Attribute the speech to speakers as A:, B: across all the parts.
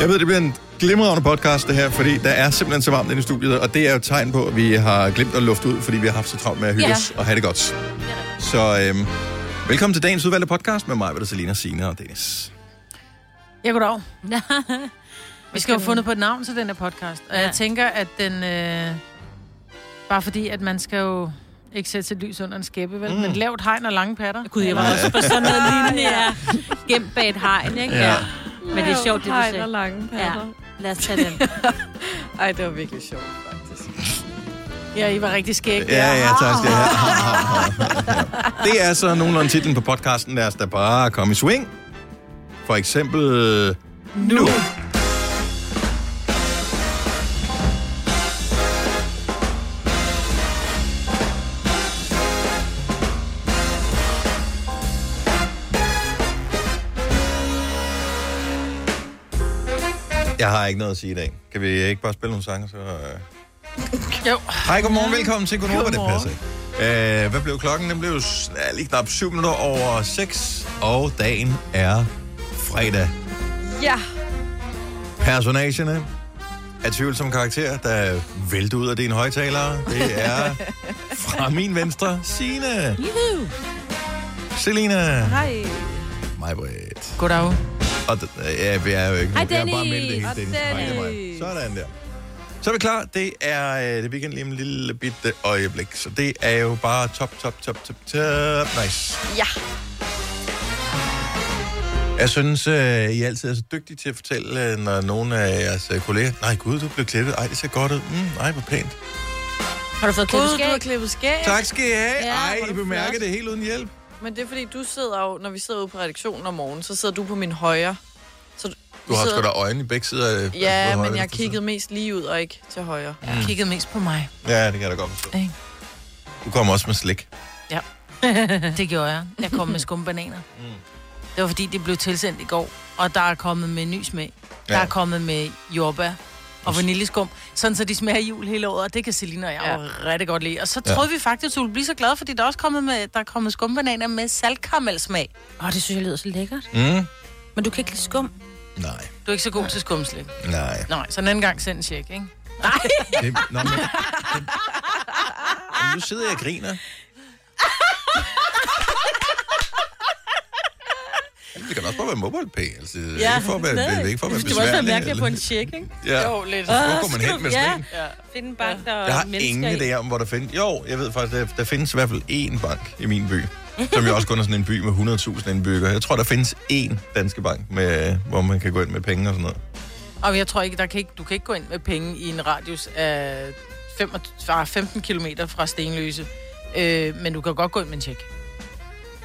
A: Jeg ved, det bliver en glimrende podcast, det her, fordi der er simpelthen så varmt inde i studiet, og det er jo et tegn på, at vi har glemt at lufte ud, fordi vi har haft så travlt med at hygge
B: Ja.
A: os og have det godt. Så øhm, velkommen til dagens udvalgte podcast med mig, Vedder Selina, Signe og Dennis.
C: Jeg går dog. Vi skal jo have fundet på et navn til den her podcast. Og ja. jeg tænker, at den... Øh, bare fordi, at man skal jo ikke sætte sit lys under en skæppe, vel? Mm. Men lavt hegn og lange patter.
D: Gud, jeg var også på sådan noget lignende, ja. Gemt bag et hegn, ikke?
A: Ja.
D: Ja. Men det er sjovt, det du
E: Hej, der
D: sagde.
E: er lange
D: Ja,
E: patter.
D: lad os tage den.
E: Ja. Ej, det var virkelig sjovt, faktisk.
C: Ja, I var rigtig skæg.
A: Ja, ja, tak skal jeg have. Det er så nogenlunde titlen på podcasten. Lad os da bare komme i swing. For eksempel... øh, Nu! nu. Jeg har ikke noget at sige i dag. Kan vi ikke bare spille nogle sange, så... øh?
C: Jo.
A: Hej, godmorgen. Velkommen til Gunova. Det passer
C: Godmorgen.
A: ikke. Øh, hvad blev klokken? Den blev s- ja, lige knap 7 minutter over 6, og dagen er fredag.
E: Ja,
A: Personagerne er tvivlsom karakter, der vælter ud af din højtaler. Det er fra min venstre, Signe. Selina.
E: hej.
A: Mig, Britt.
C: Goddag.
A: Og d- øh, ja, jeg er jo ikke...
D: Hej,
A: Jeg har bare
D: Dennis.
A: meldt det hele,
D: Og
A: Dennis. Hej, det er mig.
E: Dennis.
A: Sådan der. Så er vi klar. Det er øh, det weekend lige om en lille bitte øjeblik. Så det er jo bare top, top, top, top, top. Nice.
E: Ja.
A: Jeg synes, øh, I altid er så dygtige til at fortælle, øh, når nogen af jeres øh, kolleger... Nej, gud, du blev klippet. Ej, det ser godt ud. Mm, nej, hvor pænt.
D: Har du fået klippet
E: Gud, du har
D: skæg?
E: klippet skæg.
A: Tak skal I have.
D: Ja,
A: Ej,
E: hvor er
A: I
E: du
A: bemærker
E: flot.
A: det helt uden hjælp.
E: Men det er fordi, du sidder jo, når vi sidder ude på redaktionen om morgenen, så sidder du på min højre. Så du,
A: Du har sgu
E: sidder-
A: da øjne i begge sider. øh,
E: Ja,
A: på højre
E: men jeg
A: venstre side.
E: kiggede mest lige ud og ikke til højre.
C: Jeg mm. kiggede mest på mig.
A: Ja, det kan jeg da godt forstå.
C: Ikke?
A: Du kommer også med slik.
C: Det gjorde jeg. Jeg kom med skumbananer. Mm. Det var fordi, det blev tilsendt i går, og der er kommet med nys med. Der
A: Ja.
C: er kommet med jordbær og vaniljeskum, sådan så de smager af jul hele året, og det kan Selina og jeg
E: Ja.
C: ja. jo rigtig godt lide. Og så
A: Ja.
C: troede vi faktisk, at du ville blive så glad, fordi der er også kommet med, der er kommet skumbananer med saltkaramelsmag.
D: Åh, det synes jeg lyder så lækkert.
A: Mm.
D: Men du kan ikke lide skum.
A: Nej,
C: Du er ikke så god til skumslik.
A: nej.
C: Nej, så en anden gang send en check, ikke?
A: Det, nå, men, det, men, nu sidder jeg og griner. Jamen, Det kan også bare være mobile pay. Altså, ja, det er ikke for at være, det er ikke for at være
D: Det var også være
A: besværlig,
D: mærkeligt at få en
A: eller-
D: check, ikke?
A: Ja.
C: Jo, lidt.
A: Hvor går man hen med sådan en?
D: Ja, find en bank, der
A: Jeg
D: er
A: har
D: mennesker
A: ingen idé om, hvor der findes... Jo, jeg ved faktisk, der, der findes i hvert fald én bank i min by. Som jo også kun er sådan en by med 100.000 indbyggere. Jeg tror, der findes én danske bank, med, hvor man kan gå ind med penge og sådan noget.
C: Og jeg tror ikke, der kan ikke, du kan ikke gå ind med penge i en radius af 25, ah, 15 km fra Stenløse. Øh, men du kan godt gå ind med en check.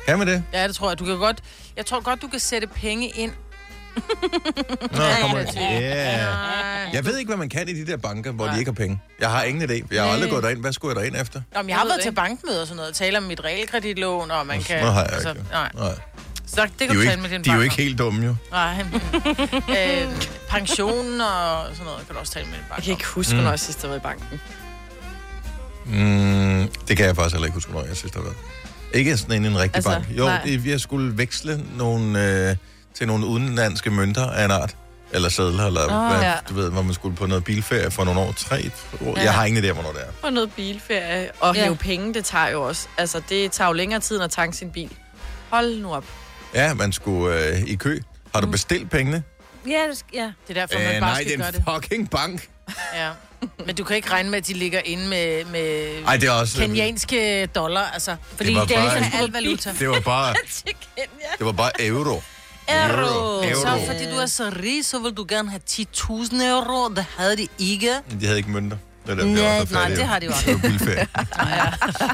A: Kan man det?
C: Ja, det tror jeg. Du kan godt, jeg tror godt, du kan sætte penge ind.
A: Nå, kommer yeah. Jeg ved ikke, hvad man kan i de der banker, hvor de
C: Nej.
A: ikke har penge. Jeg har ingen idé. Jeg har aldrig gået derind. Hvad skulle jeg derind efter?
C: Nå, men jeg har
E: Jeg ved
C: været
E: det
C: til
E: ikke.
C: bankmøder og sådan noget, og tale om mit realkreditlån, og man kan... altså,
A: Nå, har jeg ikke.
C: nej.
A: Nej.
C: Så der- det
A: De er
C: kan
A: jo
C: du tale med
A: ikke,
C: din
A: de er jo
C: bank
A: ikke
C: om.
A: helt dumme, jo.
C: Nej. øh, pension og sådan noget, kan du også tale med din
E: Jeg
C: bank
E: kan
C: om.
E: ikke huske, hvornår jeg sidst har været i banken.
A: Mm, det kan jeg faktisk heller ikke huske, hvornår jeg sidst har været. Ikke sådan en, en rigtig altså,
E: Altså,
A: bank. Jo,
E: nej.
A: det, jeg skulle veksle nogle, øh, til nogle udenlandske mønter af en art. Eller sædler, eller oh, hvad, ja.
E: ja.
A: du ved, hvor man skulle på noget bilferie for nogle år. Tre år. Ja. Jeg har ingen idé, om, hvornår det er.
E: På noget bilferie og
D: Ja.
E: hæve penge, det tager jo også. Altså, det tager jo længere tid, end at tanke sin bil. Hold nu op.
A: Ja, man skulle øh, i kø. Har
C: Mm.
A: du bestilt pengene?
D: Ja, det skal- ja.
C: Det er derfor, man bare
A: Øh, nej, det
C: skal
A: er
C: gøre
A: en
C: det.
A: fucking bank.
C: Ja. Men du kan ikke regne med, at de ligger inde med, med
A: Ej, det er også...
C: kenyanske dollar, altså. Fordi
A: var
C: det, det er
A: bare
C: ikke
A: en-
C: al valuta.
A: Det var bare, det var bare euro. Euro.
C: Så
A: euro.
C: fordi du er så rig, så vil du gerne have 10.000 euro. Det havde de ikke.
A: Men De havde ikke mønter. Det er dem,
C: Nej,
A: der også er
C: nej,
A: fattige.
C: det har de jo
A: Det var bilferie.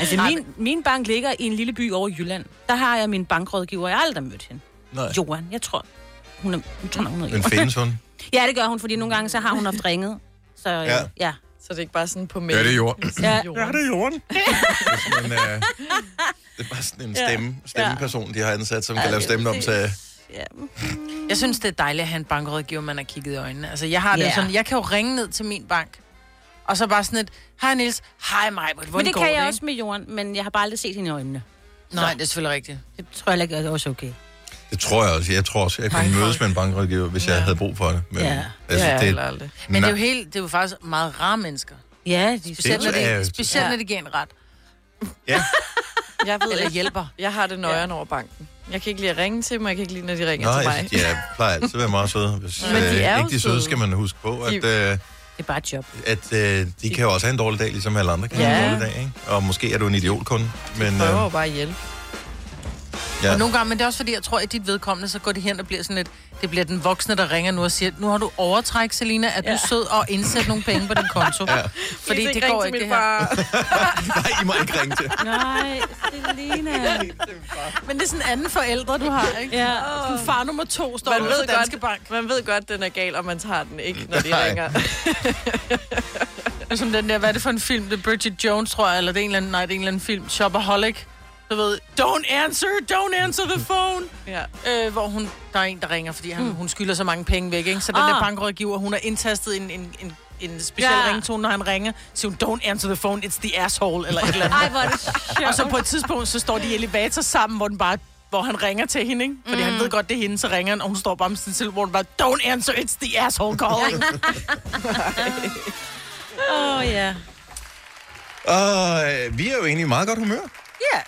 D: Altså, min, min bank ligger i en lille by over i Jylland. Der har jeg min bankrådgiver. Jeg har aldrig mødt hende.
A: Nej.
D: Johan, jeg tror. Hun er, jeg tror, nok, hun
A: Men
D: er
A: findes hun?
D: Ja, det gør hun, fordi nogle gange så har hun haft ringet. Så øh,
A: Ja.
D: ja. ja.
E: Så det er ikke bare sådan på mail.
A: Ja, det er jorden.
D: ja.
A: Ja, det er jorden. det, er sådan en, øh, det er bare sådan en stemme, stemmeperson, de har ansat, som kan lave stemmen om til...
C: Jeg synes, det er dejligt at have en bankrådgiver, man har kigget i øjnene. Altså, jeg har yeah.
D: Ja.
C: det sådan, jeg kan jo ringe ned til min bank, og så bare sådan et, hej Niels, hej mig, hvordan
D: Men det
C: går
D: kan
C: det?
D: jeg
C: ikke?
D: også med Jorden, men jeg har bare aldrig set hende i øjnene.
C: Nej, det er selvfølgelig rigtigt.
D: Det tror jeg heller ikke er også okay.
A: Det tror jeg også. Jeg tror også, jeg kunne mødes med en bankrådgiver, hvis jeg havde brug for det. Men,
D: Ja.
A: altså,
E: Ja,
A: det,
E: eller aldrig.
C: Men det er jo, helt, det er jo faktisk meget rare mennesker.
D: Ja, de
C: Specielt, når,
A: er
C: det,
A: jo-
C: specielt
D: Ja.
C: når det giver en ret.
A: ja,
E: Jeg ved
C: Eller
E: ikke,
C: hjælper.
E: jeg har det nøjeren over banken. Jeg kan ikke lide at ringe til dem, og jeg kan ikke lide, når de ringer
A: Nå,
E: til mig.
A: jeg, jeg plejer altid at være meget søde. Hvis, øh,
E: Men de er jo
A: ikke de søde,
E: søde.
A: skal man huske på, at, øh,
D: Det er bare et job.
A: at øh, de kan jo også have en dårlig dag, ligesom alle andre kan have
E: Ja.
A: en dårlig dag. Ikke? Og måske er du en idiotkunde, men øh,
E: Prøver jo bare at hjælpe.
A: ja,
C: Og nogle gange, men det er også fordi, jeg tror, at dit vedkommende, så går det hen og bliver sådan lidt, det bliver den voksne, der ringer nu og siger, nu har du overtræk, Selina, er du
D: Ja.
C: sød og indsæt nogle penge på din konto?
A: Ja.
C: Ja. Fordi det går ikke, det her.
E: far.
A: nej, I må ikke ringe til.
D: Nej, Selina.
C: Men det er sådan en anden forældre, du har, ikke?
D: Ja.
C: Sådan far nummer to står
E: Man
C: der
E: ved,
C: ved Danske
E: godt,
C: Bank,
E: bank. man ved godt, den er gal, og man tager den ikke, når de
A: Nej.
E: ringer.
C: som den der, hvad er det for en film? Det er Bridget Jones, tror jeg, eller det er en eller anden, nej, det er en eller anden film, Shopaholic. Du ved, don't answer, don't answer the phone.
E: Ja.
C: Øh, hvor hun, der er en, der ringer, fordi han, mm. hun skylder så mange penge væk, ikke? Så den
D: Ah.
C: der bankrådgiver, hun har indtastet en, en, en, en speciel
D: Ja.
C: ja. ringtone, når han ringer. Så siger hun, don't answer the phone, it's the asshole, eller et eller andet.
D: Ej, hvor er det sjovt.
C: Og så på et tidspunkt, så står de i elevator sammen, hvor, den bare, hvor han ringer til hende, ikke? Fordi
D: Mm.
C: han ved godt, det er hende, så ringer han, og hun står bare med sin telefon, bare, don't answer, it's the asshole calling.
D: Åh, Oh, ja.
A: Og øh, vi er jo egentlig i meget godt humør,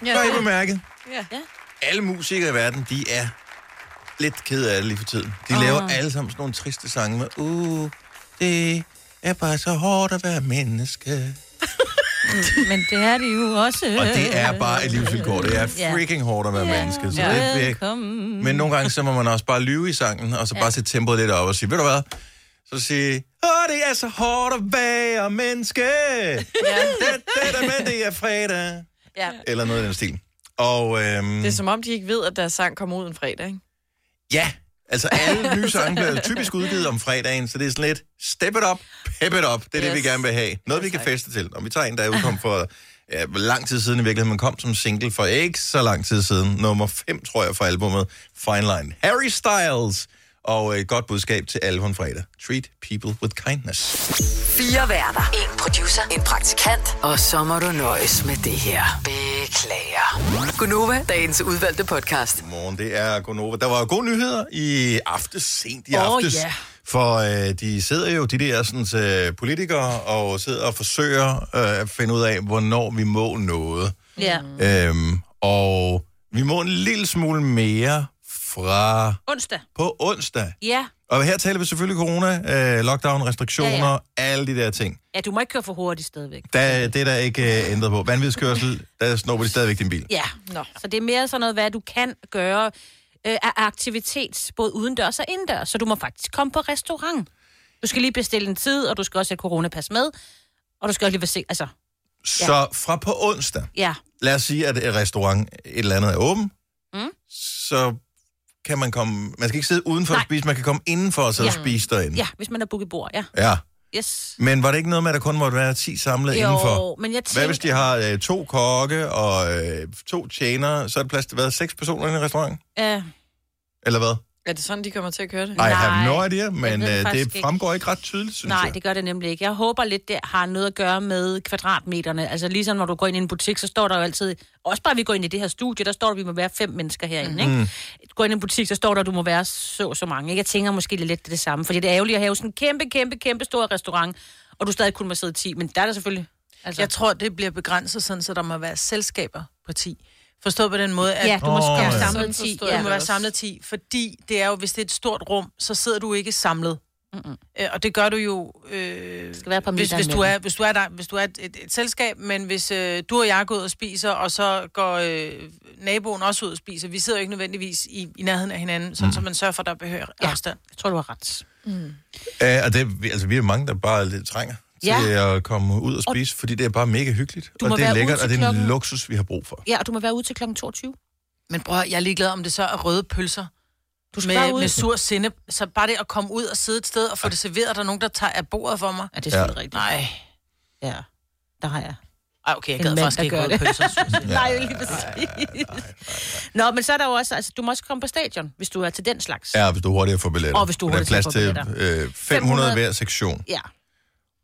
E: Ja.
A: har I bemærket.
E: ja.
A: Alle musikere i verden, de er lidt kede af det lige for tiden. De oh. laver alle sammen sådan nogle triste sange med, uh, det er bare så hårdt at være menneske.
D: Men det er det jo også.
A: Og det er bare et livsvilkår. Det er freaking hårdt at være
D: Ja.
A: menneske. Så
E: Ja.
A: det er væk.
D: Velkommen.
A: Men nogle gange, så må man også bare lyve i sangen, og så bare sætte tempoet lidt op og sige, ved du hvad? Så sige, åh, det er så hårdt at være menneske. Det, det der med, det er fredag.
E: Ja.
A: Eller noget i den stil. Og øhm,
E: Det er som om, de ikke ved, at deres sang kommer ud en fredag, ikke?
A: ja, altså alle nye sange bliver typisk udgivet om fredagen, så det er sådan lidt, step it up, pep it up. Det er yes. det, vi
E: Yes.
A: gerne vil have. Noget, vi kan feste til. Om vi tager en, der er udkommet for ja, lang tid siden i virkeligheden, men kom som single for ikke så lang tid siden. Nummer 5, tror jeg, fra albumet Fine Line. Harry Styles. Og et godt budskab til alle på en fredag. Treat people with kindness.
B: Fire værter. En producer. En praktikant. Og så må du nøjes med det her. Beklager. Gunova, dagens udvalgte podcast.
A: Godmorgen, det er Gonova. Der var jo gode nyheder i aftes, sent i
C: Åh,
A: aftes.
C: ja.
A: For øh, de sidder jo, de der sådan, øh, politikere, og sidder og forsøger øh, at finde ud af, hvornår vi må noget.
D: Ja.
A: Øhm, og vi må en lille smule mere fra
D: Onsdag.
A: på onsdag.
D: Ja.
A: Og her taler vi selvfølgelig corona, øh, lockdown, restriktioner,
D: Ja,
A: ja, ja. alle de der ting.
D: Ja, du må ikke køre for hurtigt stadigvæk.
A: Der, det er der ikke øh, ændret på. Vanvidskørsel, der snupper de stadigvæk din bil.
D: Ja.
E: Nå.
D: Så det er mere sådan noget, hvad du kan gøre øh, af aktivitet, både udendørs og indendørs. Så du må faktisk komme på restaurant. Du skal lige bestille en tid, og du skal også have coronapas med. Og du skal også lige være se, altså,
A: Så fra på onsdag,
D: ja.
A: lad os sige, at et restaurant et eller andet er åben, mm. så kan man komme... Man skal ikke sidde udenfor og
D: Nej.
A: spise, man kan komme indenfor og sidde ja. og
D: Ja.
A: spise derinde.
D: Ja, hvis man har booket bord, ja.
A: ja.
D: Yes.
A: Men var det ikke noget med, at der kun måtte være 10 samlet jo. indenfor?
D: Jo, men jeg tænker...
A: Hvad hvis de har øh, to kokke og øh, to tjenere, så er det plads til hvad, seks personer i en restaurant?
D: Øh,
A: Eller hvad?
E: Er det sådan, de kommer til at køre det?
A: I
D: Nej,
A: have no idea, men
D: ved det
A: øh,
D: faktisk
A: det
D: ikke.
A: fremgår ikke ret tydeligt, synes
D: nej,
A: jeg.
D: det gør det nemlig ikke. Jeg håber lidt, det har noget at gøre med kvadratmeterne. Altså ligesom når du går ind i en butik, så står der jo altid... Også bare vi går ind i det her studie, der står der, vi må være fem mennesker herinde,
A: Mhm.
D: ikke? Du går ind i en butik, så står der, du må være så og så mange. Ikke? Jeg tænker måske lidt det, er det samme, fordi det er ærgerligt at have sådan en kæmpe, kæmpe, kæmpe stor restaurant, og du stadig kun må sidde 10, men der er der selvfølgelig... Altså,
C: Jeg tror, det bliver begrænset sådan, så der må være selskaber på 10. Forstået på den måde, at
D: ja, du må
A: Åh,
D: oh,
A: ja.
D: være
C: Sådan
D: samlet 10.
E: forstår
C: Ja,
D: Ja.
C: du må
E: det
C: være
E: også.
C: samlet 10, fordi det er jo, hvis det er et stort rum, så sidder du ikke samlet. Øh, Og det gør du jo, øh,
D: skal være på
C: hvis,
D: middag
C: hvis, du
D: imellem.
C: er, hvis du er, der, hvis du er et, et, et selskab, men hvis øh, du og jeg går ud og spiser, og så går øh, naboen også ud og spiser, vi sidder jo ikke nødvendigvis i, i nærheden af hinanden, sådan, mm. så man sørger for, at der behøver
D: Ja.
C: afstand. Mm.
D: Jeg tror, du har ret.
A: Ja, og det, vi- altså, vi er mange, der bare lidt trænger til ja. at komme ud og spise, fordi det er bare mega hyggeligt,
D: Du
A: og
D: må
A: det er
D: være ude
A: lækkert,
D: til
A: og det er en
D: klokken-
A: luksus, vi har brug for.
D: Ja, og du må være ude til kl. 22.
C: Men bror, jeg er ligeglad, om det så er røde pølser
D: Du skal
C: med,
D: være ude.
C: med sur sinde. Så bare det at komme ud og sidde et sted og få det serveret, og der er nogen, der tager af bordet for mig.
D: Ja, det er selvfølgelig rigtigt.
C: Nej.
D: Ja, der har jeg.
C: Ej, okay, jeg
D: En
C: gad
D: mand,
C: faktisk
D: der
C: ikke
D: gør
C: røde
D: det.
C: pølser. og sur sinde.
D: Ja, nej, lige præcis. Nå, men så er der jo også, altså du må også komme på stadion, hvis du er til den slags.
A: Ja, hvis du er hurtigere får billetter.
D: Og hvis du er
A: Og der er plads
D: hurtigere
A: til
D: får
A: øh, 500, 500
D: 500
A: hver sektion.
D: ja.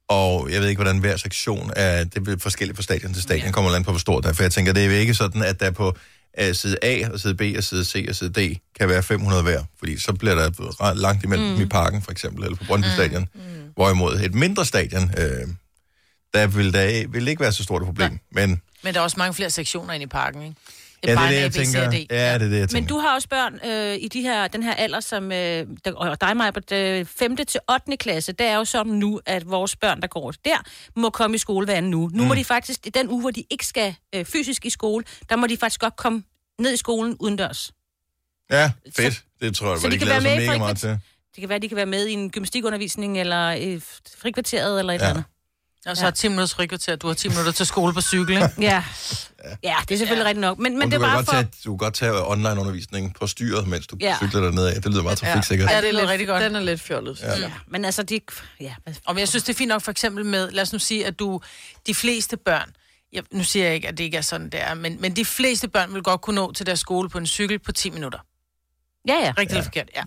A: Og jeg ved ikke, hvordan hver sektion er... Det er forskelligt fra stadion til stadion, kommer land på, hvor stort der er. For jeg tænker, det er jo ikke sådan, at der på øh, side A og side B og side C og side D kan være 500 hver, fordi så bliver der ret langt imellem mm. i parken for eksempel, eller på Brøndby mm. Stadion. Mm. Hvorimod et mindre stadion, øh, der vil der vil ikke være så stort et problem. Ja. Men
C: Men der er også mange flere sektioner inde i parken, ikke?
A: ja, det er
C: bare
A: det,
C: en
A: jeg
C: A, B, C og
A: tænker.
C: D.
A: Ja, det er det, jeg tænker.
D: Men du har også børn øh, i de her, den her alder, som øh, der, og dig, Maja, på det 5. til 8. klasse, det er jo sådan nu, at vores børn, der går der, må komme i skole hver anden uge. Nu mm. må de faktisk, i den uge, hvor de ikke skal øh, fysisk i skole, der må de faktisk godt komme ned i skolen udendørs.
A: Ja, fedt. Det tror jeg,
D: så
A: hvor
D: de
A: de
D: kan
A: glæder
D: være
A: sig
D: med i
A: mega meget til.
D: Det kan være, de kan være med i en gymnastikundervisning, eller i frikvarteret, eller et
A: Ja.
D: ja. eller andet.
C: Og så har 10 minutters frikvarter, du har 10 minutter til skole på cykel, ikke?
D: Ja. ja, det er selvfølgelig ja. rigtigt nok. Men, men
A: Men
D: det
A: du,
D: er
A: kan
D: bare
A: godt
D: for...
A: tage, du kan godt tage online-undervisning på styret, mens du ja.
D: Ja.
A: cykler dernede af. Det lyder meget trafiksikkert.
C: Ja,
A: Ja.
C: det lyder rigtig godt.
E: Den er lidt fjollet. Ja.
D: Ja, men altså, de... Ja,
C: Og men jeg synes, det er fint nok for eksempel med, lad os nu sige, at du, de fleste børn, jeg, nu siger jeg ikke, at det ikke er sådan, det er, men, men de fleste børn vil godt kunne nå til deres skole på en cykel på 10 minutter.
D: ja. ja.
C: Rigtigt ja. eller forkert, ja.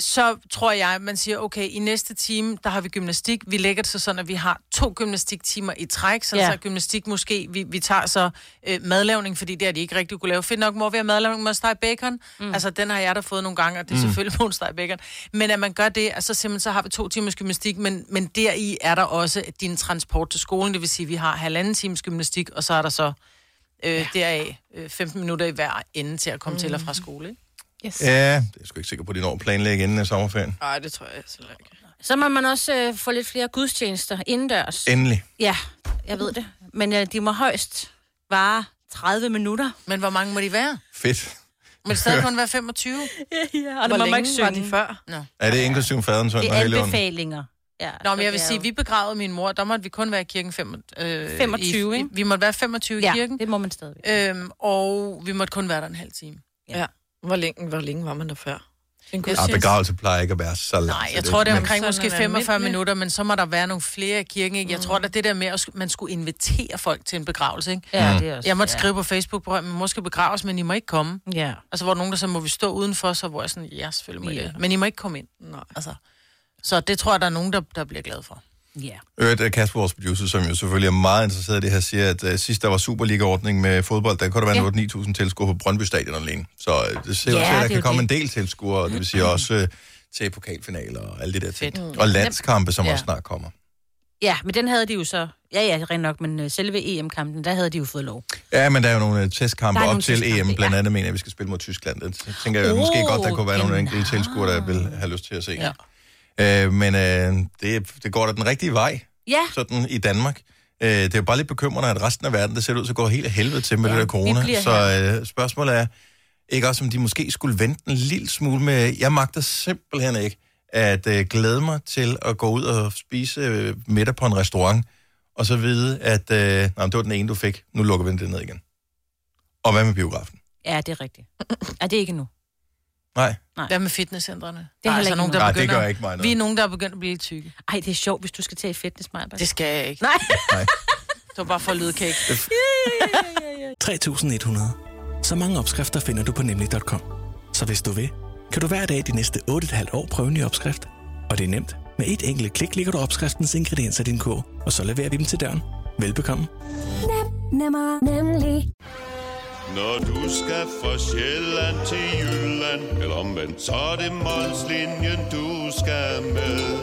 C: Så tror jeg, at man siger, okay, i næste time, der har vi gymnastik. Vi lægger det så sådan, at vi har to gymnastiktimer i træk, så, ja.
D: Ja.
C: så er gymnastik måske, vi, vi tager så øh, madlavning, fordi det har de ikke rigtig kunne lave. Fedt nok, mor, vi har madlavning med steg bacon. Mm. Altså, den har jeg da fået nogle gange, og det er mm. selvfølgelig på en steg bacon. Men at man gør det, og så simpelthen så har vi to timers gymnastik, men, men deri er der også din transport til skolen, det vil sige, at vi har halvanden times gymnastik, og så er der så øh, ja. deraf øh, 15 minutter i hver ende til at komme mm. til og fra skole, ikke?
A: ja, det er jeg sgu ikke sikker på, at de når at planlægge inden af sommerferien.
E: Nej, det tror jeg altså ikke.
D: Så må man også øh, få lidt flere gudstjenester indendørs.
A: Endelig.
D: Ja, jeg ved det. Men øh, de må højst vare 30 minutter.
C: Men hvor mange må de være?
A: Fedt.
C: Må det stadig kun være 25?
D: Ja, og
E: Hvor
D: det må man ikke
E: længe var de
D: synge.
E: før?
A: Er det inklusive faderen, sønnen
D: Det
A: og
D: er
A: helligånden?
D: anbefalinger. Ja,
C: Nå, men jeg vil
D: det er
C: sige,
D: jo-
C: vi begravede min mor, der måtte vi kun være i kirken fem, øh,
D: 25,
C: i,
D: ikke?
C: Vi måtte være 25 i kirken,
D: Ja, det må man stadigvæk.
C: øhm, og vi måtte kun være der en halv time.
E: Hvor længe, hvor længe var man der før? En
A: Ja, begravelse plejer ikke at være så langt.
C: Nej,
A: så
C: jeg
A: er
C: tror, det er
A: men-
C: omkring
E: Sådan
C: måske
E: en
C: 45
E: almindelig-
C: minutter, men så må der være nogle flere i kirken, ikke? Jeg
E: Mm.
C: tror, at det der med, at sk- man skulle invitere folk til en begravelse, ikke?
D: Ja, det er også.
C: Jeg måtte
D: ja.
C: skrive på Facebook, på, at man måske begraves, men I må ikke komme.
D: Ja.
C: Altså, hvor nogen, der så må vi stå udenfor, så hvor jeg sådan, ja, selvfølgelig må I
D: Ja.
C: det. Men I må ikke komme ind.
E: Nej.
C: Altså, så det tror jeg, der er nogen, der, der bliver glad for.
D: ja.
A: Øvrigt, øh, Kasper, vores producer, som jo selvfølgelig er meget interesseret i det her, siger, at uh, sidst der var Superliga-ordning med fodbold, der kunne der være ja. 8-9.000 tilskuere på Brøndby Stadion alene. Så øh, det ser ud
D: Ja,
A: til, at
D: det Mm.
A: der
D: er
A: kan
D: jo
A: komme
D: det.
A: en del tilskuere, og det vil sige også uh, til pokalfinaler og alle det der ting. Og landskampe, som
C: Ja.
A: også snart kommer.
D: ja, men den havde de jo så... Ja, ja, rent nok, men øh, selve EM-kampen, der havde de jo fået lov.
A: Ja, men der er jo nogle øh, testkampe
D: Der
A: op
D: er nogle
A: til
D: testkampe,
A: EM, blandt andet mener jeg, at vi skal spille mod Tyskland. Det tænker jeg
D: Oh,
A: måske godt, der kunne være nogle
D: den-
A: enkelte tilskuere, der vil have lyst til at se. Ja. Øh, men øh, det, det går da den rigtige vej,
D: Ja,
A: sådan i Danmark. Øh, det er jo bare lidt bekymrende, at resten af verden, det ser ud til at gå helt af helvede til med ja,
D: Ja,
A: det der
D: vi
A: corona.
D: bliver
A: Så øh, spørgsmålet er, ikke også om de måske skulle vente en lille smule med, jeg magter simpelthen ikke, at øh, glæde mig til at gå ud og spise øh, middag på en restaurant, og så vide, at øh, nej, det var den ene, du fik, nu lukker vi den ned igen. Og hvad med biografen?
D: ja, det er rigtigt. Ja, det er ikke nu.
A: Nej,
C: Hvad med fitnesscentrene?
D: Det er heller ikke
C: nogen, der
A: nej det
C: begynder...
A: gør ikke mig
C: Vi er
A: noget.
C: nogen, der er begyndt at blive lidt tykke.
D: Ej, det er sjovt, hvis du skal til et fitness, Maja.
C: Det skal jeg ikke.
D: Nej.
A: Nej.
C: Det var bare for at lyde kæk.
F: 3100. Så mange opskrifter finder du på nemlig.com. Så hvis du vil, kan du hver dag de næste 8,5 år prøve en ny opskrift. Og det er nemt. Med et enkelt klik ligger du opskriftens ingredienser i din kog, og så leverer vi dem til døren. Velbekomme.
G: Nemmer, nemlig.
H: Når du skal fra Sjælland til Jylland Eller omvendt, så er det Molslinjen, du skal med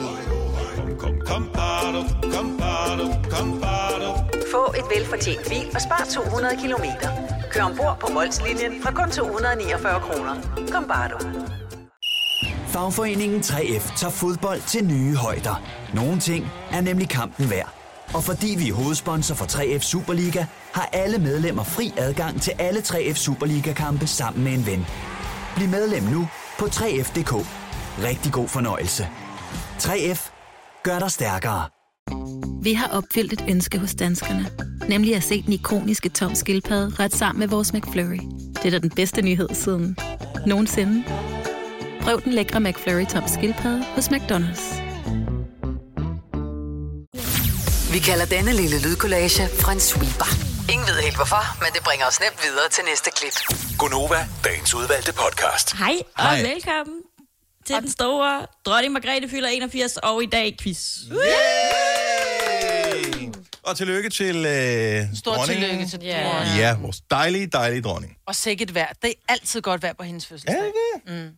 H: Kom, kom, kom, bado, kom, bado, kom, bado.
I: Få et velfortjent bil og spar 200 kilometer. Kør ombord på Molslinjen fra kun 249 kroner. Kom bare du.
J: Fagforeningen 3F tager fodbold til nye højder. Nogle ting er nemlig kampen værd. Og fordi vi er hovedsponsor for 3F Superliga, har alle medlemmer fri adgang til alle 3F Superliga-kampe sammen med en ven. Bliv medlem nu på 3F.dk. Rigtig god fornøjelse. 3F gør dig stærkere.
K: Vi har opfyldt et ønske hos danskerne. Nemlig at se den ikoniske tom skildpadde ret sammen med vores McFlurry. Det er da den bedste nyhed siden nogensinde. Prøv den lækre McFlurry tom skildpadde hos McDonald's.
B: Vi kalder denne lille lydkollage Frans sweeper. Ingen ved helt hvorfor, men det bringer os nemt videre til næste klip.
F: Gonova, dagens udvalgte podcast.
L: Hej og
A: Hej.
L: Hej. velkommen til den store Dronning Margrethe fylder 81 og i dag quiz.
A: Yay! Og tillykke til øh,
C: Stort
A: dronningen.
C: tillykke til
A: ja.
C: dronningen.
A: Ja, vores dejlige, dejlige dronning.
C: Og sikkert vejr. Det er altid godt vejr på hendes fødselsdag.
A: Er
C: det?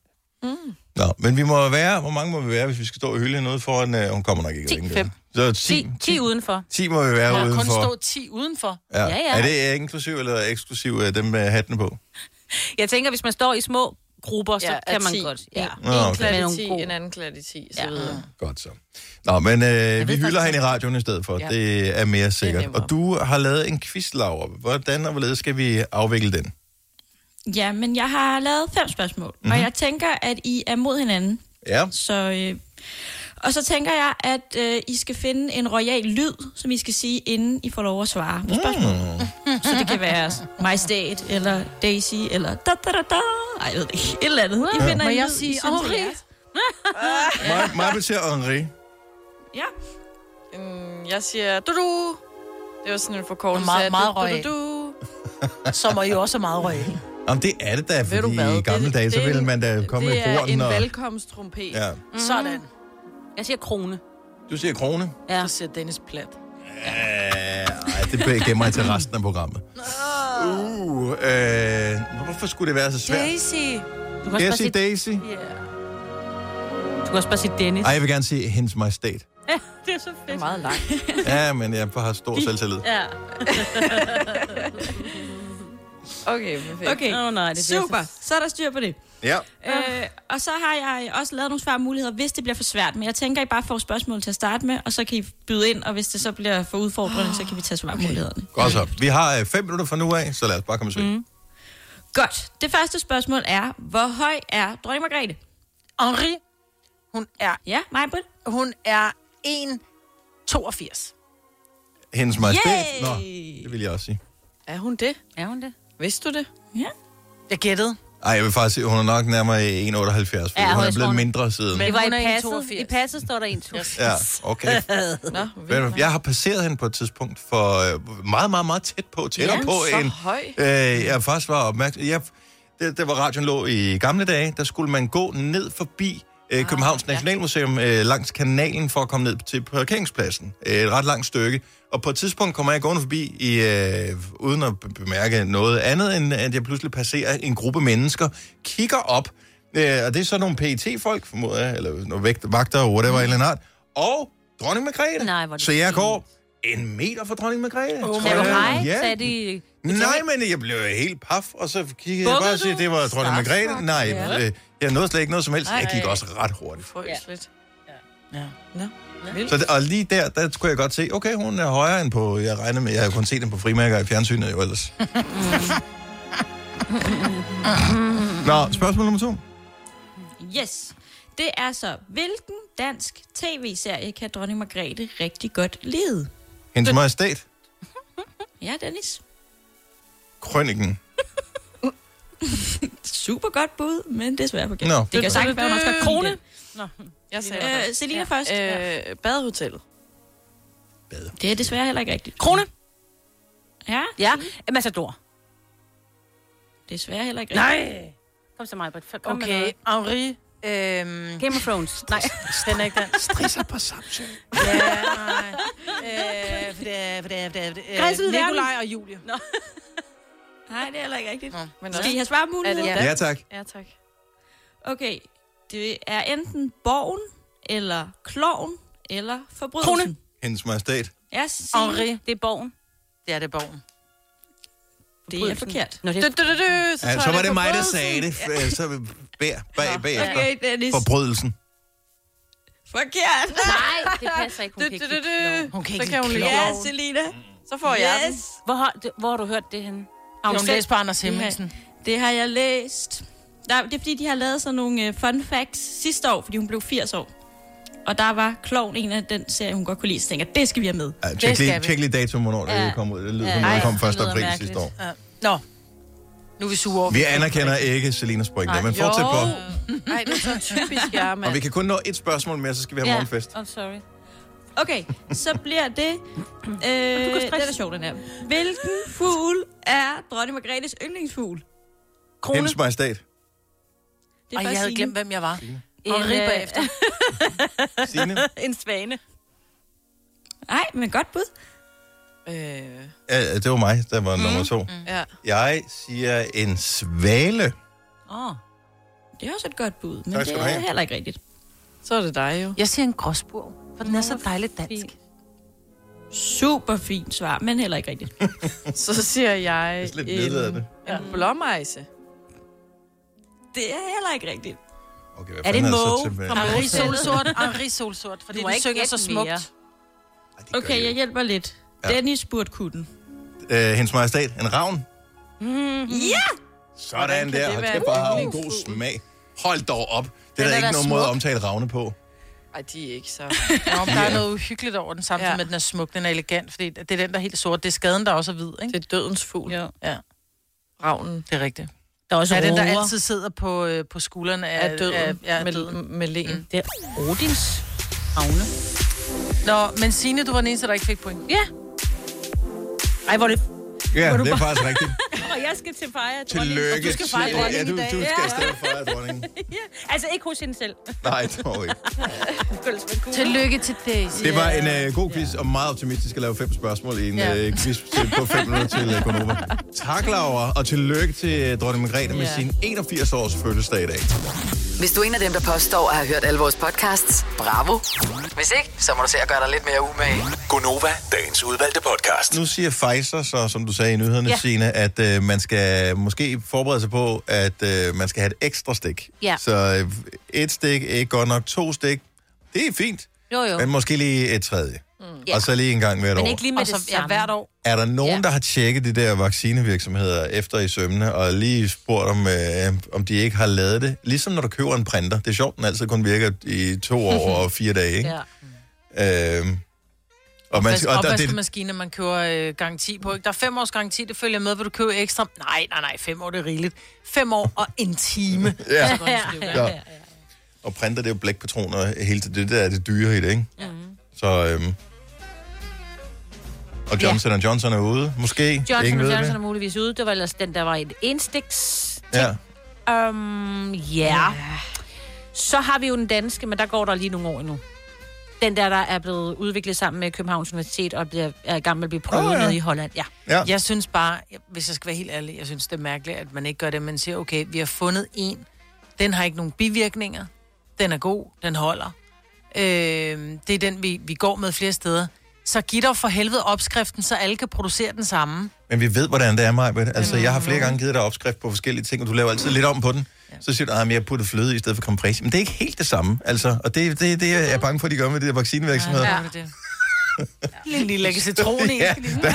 C: Mm.
A: Nå, men vi må være, hvor mange må vi være, hvis vi skal stå og hylde hende ude foran, øh, hun kommer nok ikke.
C: 10,
A: jeg ved ikke,
C: fem.
A: Så 10,
D: 10 udenfor.
A: 10 må vi være
C: Der
A: ja,
C: er kun
A: udenfor.
C: stå 10 udenfor.
A: Ja. Er det øh, inklusiv eller eksklusiv øh, dem med hattene på?
D: Jeg tænker, hvis man står i små grupper, så
E: Ja,
D: kan
E: af
D: man
E: ti.
D: godt. Ja.
A: Nå, okay.
E: En
A: Med
E: klat i
A: nogle
E: 10, en anden klat i 10, så videre.
A: Godt så. Nå, men øh, vi hylder hende i radioen i stedet for.
E: Ja.
A: Ja. Det er mere sikkert. Og du har lavet en quiz, Laura. Hvordan og hvorledes skal vi afvikle den?
L: Ja, men jeg har lavet fem spørgsmål,
C: Mhm.
L: mm-hmm. og jeg tænker, at I er mod hinanden.
A: Ja.
L: Så, øh, og så tænker jeg, at øh, I skal finde en royal lyd, som I skal sige, inden I får lov at svare på spørgsmålet. Mm. Så det kan være Majestæt, eller Daisy, eller da da da da. Ej, jeg ved det ikke. Et eller andet. I
A: Ja.
L: finder
C: Må
L: en
C: jeg
L: lyd, I
C: sige
L: synes, det er.
C: Henri?
A: Mig- Mig vil til Henri.
L: Ja.
E: Mm, jeg siger du-du. Det var sådan en forkortelse
C: Meget-
E: af
C: meget
E: du-du-du.
C: Som er jo også meget royal.
A: Jamen, det er det da,
E: Ved du
A: fordi
E: hvad,
A: i gamle
E: det-
A: dage, så
E: det-
A: ville man da komme i
E: Det er en
A: porten. Og...
E: velkomsttrompet.
A: Ja.
E: Mm.
C: Sådan.
D: Jeg siger krone.
A: Du siger krone.
D: Ja.
C: Så siger Dennis Plat.
A: Ja, ej, det gemmer jeg til resten af programmet. Uh, øh, hvorfor skulle det være så svært?
C: Daisy.
D: Du kan også bare
A: Daisy,
D: sige,
A: Daisy.
D: du kan også bare sige Dennis.
A: Ej, jeg vil gerne sige hendes majestæt.
D: Ja, det er så fedt. Det er meget langt.
A: Ja, men jeg har stor selvtillid.
D: Ja.
E: Okay, perfekt.
L: Okay,
D: Åh, nej, det er
L: super.
D: det,
L: Så er der styr på det.
A: Ja.
L: Øh, og så har jeg også lavet nogle svarmuligheder, hvis det bliver for svært. Men jeg tænker, I bare får spørgsmål til at starte med, og så kan I byde ind, og hvis det så bliver for udfordrende, så kan vi tage svarmulighederne.
A: Godt så. Vi har øh, fem minutter fra nu af, så lad os bare komme til. Mm.
L: Godt. Det første spørgsmål er, hvor høj er dronning Margrethe?
C: Henri, hun er...
L: Ja, mig, Britt.
C: Hun er 1,82.
A: Hendes majestæt.
C: Yay!
A: Nå, det vil jeg også sige.
E: Er hun det?
D: Er hun det?
E: Vidste du det?
L: Ja.
C: Jeg gættede.
A: Ej, jeg vil faktisk sige, hun er nok nærmere 1,78, fordi
D: Ja,
A: ja, hun
D: hun
A: er
D: er
A: blevet
D: stor.
A: mindre siden.
D: Det var i
C: hun er
D: passet.
C: 1,82.
D: I passet står der 1,82.
A: Mm. Ja, okay.
E: Nå,
A: Ved du hvad, Jeg har passeret hende på et tidspunkt for øh, meget, meget, meget tæt på, tættere
E: Ja,
A: på
E: så
A: en...
E: høj.
A: Øh, jeg faktisk var opmærksom... Jeg, det, det var radioen lå i gamle dage, der skulle man gå ned forbi
E: Ah,
A: øh, Københavns Nationalmuseum øh, langs kanalen for at komme ned til parkeringspladsen. Øh, et ret langt stykke. Og på et tidspunkt kommer jeg gående forbi, i, øh, uden at be- bemærke noget andet, end at jeg pludselig passerer en gruppe mennesker, kigger op, øh, og det er så nogle pet folk formoder jeg, eller nogle vægt- vagter, whatever, mm. eller andet, og dronning Margrethe.
D: Nej, hvor er det
A: så jeg går en meter fra dronning Margrethe. tror
D: Sagde du
A: jeg.
D: hej?
A: Ja.
D: Sagde de...
A: Nej, men jeg blev helt paf, og så kiggede jeg
D: Bukkede
A: bare og sagde,
D: du?
A: det var dronning
D: Starstruck,
A: Margrethe. Nej,
D: ja.
A: øh, jeg nåede slet ikke noget som helst. Jeg gik
E: Nej.
A: også ret hurtigt.
E: Frøsligt.
C: Ja.
E: Nå, vildt.
A: Så, det- og lige der, der kunne jeg godt se, okay, hun er højere end på, jeg regner med, jeg har jo kun set den på frimærker i fjernsynet jo ellers. Nå, spørgsmål nummer to.
L: Mm-hmm. Yes. Det er så, hvilken dansk tv-serie kan dronning Margrethe rigtig godt lide?
A: Hendes majestæt,
L: Ja, Dennis.
A: krønningen.
L: Super godt bud, men desværre på
A: Nå.
L: gæld. Det kan sagtens være, hun også godt
D: Krone?
L: krone.
D: Nå.
E: Jeg sagde det
L: Øh,
E: først.
L: Selina først.
E: Øh, badehotellet.
L: Det er desværre heller ikke rigtigt.
D: Krone?
L: Ja,
D: Ja. Massador.
L: desværre heller ikke rigtigt.
C: Nej!
D: Kom så mig, Britt. Kom med
C: Okay,
D: noget.
C: Henri... Øhm,
D: Game of Thrones. Nej.
C: den er ikke den.
A: Strisser på Samsø.
C: Ja, nej. Øh, for det er- for det er- for det er- for det er-
D: Grænse ud i verden.
C: Nikolaj og Julie.
L: Nej, det er heller ikke rigtigt.
E: Men
L: Skal I have svarmulighed?
E: Er det
A: Ja, tak.
E: Ja, tak.
L: Okay, det er enten borgen, eller kloven, eller forbrydelsen.
D: Krone.
A: Hendes majestæt.
L: Ja, sig,
C: Henri.
D: Det er Borgen.
C: Det er det, Borgen.
L: det er forkert.
D: Nå, det
E: Du,
D: er...
E: du, du, du, så,
A: Ja,
E: tager
A: så
E: jeg
A: var det mig, der
E: forbrydelsen.
A: sagde det. Øh, Så bag, bag, bagefter.
L: Okay, Dennis.
A: Forbrydelsen.
L: Forkert.
D: Nej, det passer ikke. Hun
E: Du,
D: kan ikke
E: du, du,
D: lide
E: du.
D: kloven.
C: Hun kan
E: Så
C: ikke
E: kan hun
C: lide
E: lide
L: Ja,
E: kloven.
L: Selina.
E: Så får jeg den.
L: Yes.
D: Hvor har, det- hvor har du hørt det henne? Ah,
C: Har hun
L: hun
C: læst
L: selv-
C: på Anders
L: Det
C: Hemmingsen?
L: har, det har jeg læst. Nej, det er fordi, de har lavet sådan nogle øh, fun facts sidste år, fordi hun blev 80 år. Og der var Kloven en af den serie, hun godt kunne lide. Så tænker, jeg, det skal vi have med.
A: Ja, tjek,
C: skal
A: lige,
C: vi.
A: tjek lige datum, hvornår det
D: Ja.
A: kom ud. Det lyder
D: Ja.
A: som om, det
D: Ej,
A: kom
D: det
A: 1.
D: lyder
A: april
D: mærkeligt.
A: sidste år.
C: Ja. Nå, nu er vi sure over.
A: Vi anerkender ikke Selinas point der, men fortsæt på.
E: Nej, det er så typisk jer,
A: Og vi
E: mand.
A: kan kun nå et spørgsmål mere, så skal vi have morgenfest.
D: I'm sorry.
L: Okay, så bliver det... Øh, den
D: stress.
L: er sjov, den her. Hvilken fugl er dronning Margrethes yndlingsfugl?
D: Krone.
A: Hendes majestæt.
L: Det er
C: Og
L: først
C: jeg havde
L: Signe.
C: glemt, hvem jeg var.
D: En,
C: Henri
D: øh,
C: bagefter.
A: Signe.
D: En svane.
C: Mm.
L: Nej, men godt bud.
E: Øh,
A: Ja, det var mig, der var mm. nummer to.
E: ja.
A: Jeg siger en svale.
D: Åh. Oh.
L: Det er også et godt bud, men
A: Tak skal
L: det
A: du
L: er
A: have.
L: heller ikke rigtigt.
E: Så er det dig jo.
C: Jeg siger en gråsbog, for den er så dejligt dansk.
L: Super fint svar, men heller ikke rigtigt.
E: Så siger jeg...
L: Det er lidt
A: nedladende.
E: en, en blåmejse.
L: Det er heller ikke rigtigt.
A: Okay,
E: Er det en måge?
C: Henri Solsort, Henri Solsort, fordi du,
L: Du må
C: du
L: ikke
C: synger
L: gætte
C: så smukt.
L: mere.
C: Mere.
L: Okay, jeg hjælper lidt.
A: Ja.
L: Dennis burde kunne den.
A: Øh, hendes majestæt, en ravn.
L: Mm. Ja!
A: Sådan
L: kan
A: der,
L: det
A: og
L: være
A: kæft, hvor har hun
L: en
A: god smag. Hold dog op. Det
C: Den
A: er
C: er
A: der
C: da
A: ikke nogen måde at
C: smuk.
A: omtale ravne på.
E: Ej, de er ikke så...
C: Nå, men der er noget uhyggeligt over den, samtidig ja. med, at den er smuk, den er elegant, fordi det er den, der er helt sort. Det er skaden, der også er hvid, ikke?
E: Det er dødens fugl.
C: Ja. ja.
E: Ravnen.
C: Det er rigtigt.
D: Der er også
C: ja, den, der
D: råger.
C: altid sidder på, øh, på skuldrene af,
D: Af døden.
C: Af, ja, af
D: Med-
C: døden.
E: med len. Mm.
D: Det er Odins havne.
C: Nå, men Signe, du var den eneste, der ikke fik point.
D: Ja. Ej, hvor er det...
A: Ja,
D: hvor
A: det er faktisk rigtigt.
D: Og jeg skal til fejre dronningen.
A: Tillykke.
D: Og du skal fejre
A: til-
D: dronningen
A: Ja, du,
D: i dag.
A: du skal afsted og fejre dronningen.
D: ja. Altså ikke hos hende selv.
A: Nej, dog ikke.
C: Tillykke til Daisy.
A: Det var en øh, god quiz, og meget optimistisk at lave fem spørgsmål i en
C: Ja.
A: øh, quiz til, på fem minutter til øh, Konoba. Tak, Laura, og tillykke til øh, dronning Margrethe med
B: Ja.
A: sin 81-års fødselsdag i dag.
B: Hvis du er en af dem, der påstår at have hørt alle vores podcasts, bravo. Hvis ikke, så må du se at gøre dig lidt mere umage.
A: Gonova, dagens udvalgte podcast. Altså, Nu siger Pfizer, så, som du sagde i nyhederne,
B: Ja.
A: ja. Signe, at øh, man skal måske forberede sig på, at øh, man skal have et ekstra stik.
D: Ja.
A: Så øh, et stik ikke godt nok, to stik, det er fint.
D: Jo, jo.
A: Men måske lige et tredje. Mm.
D: Ja.
A: Og så lige en gang hvert
D: Men
A: år.
D: ikke lige med
C: Og så-
D: det
C: ja,
D: samme.
C: hvert år.
A: Er der nogen, ja. der har tjekket de der vaccinevirksomheder efter i sømne, og lige spurgt, om, øh, om de ikke har lavet det? Ligesom når du køber en printer. Det er sjovt, den altid kun virker i to år og fire dage, ikke? Ja. Øhm, og man,
C: Man,
A: skal-
C: og
A: og der, det,
C: opvaskemaskiner, man køber øh, garanti på. Ikke? Der er fem års garanti, det følger med, hvor du køber ekstra. Nej, nej, nej, fem år, det er rigeligt. Fem år og en time.
A: Ja.
C: Så går den i stykker.
A: Ja. og printer, det er jo blækpatroner hele tiden. Det der er det dyre i det, ikke?
D: Ja.
A: Så, øhm, og Johnson ja. Johnson er ude, måske.
D: Johnson
A: Ingen ved
D: Johnson er
A: det.
D: muligvis ude. Det var ellers den, der var et enstiks.
A: Ja.
D: Um, ja. Så har vi jo den danske, men der går der lige nogle år endnu. Den der, der er blevet udviklet sammen med Københavns Universitet og bliver, er i gang med at blive prøvet oh,
C: Åh,
D: ja.
C: ja.
D: nede i Holland. Ja.
A: Ja.
C: Jeg synes bare, jeg- hvis jeg skal være helt ærlig, jeg synes, det er mærkeligt, at man ikke gør det. Man siger, okay, vi har fundet en. Den har ikke nogen bivirkninger. Den er god. Den holder. Øh, det er den, vi, vi går med flere steder. Så giv dig for helvede opskriften, så alle kan producere den samme.
A: Men vi ved, hvordan det er, Majbet. Altså, jeg har flere gange givet dig opskrift på forskellige ting, og du laver altid lidt om på den. Så siger du, at jeg putter fløde i stedet for kompress. Men det er ikke helt det samme, altså. Og det er det, er det, jeg er bange for, at de gør med det der vaccinevirksomhed.
C: Ja, det. Lige lige lægge citron i.
A: ja, der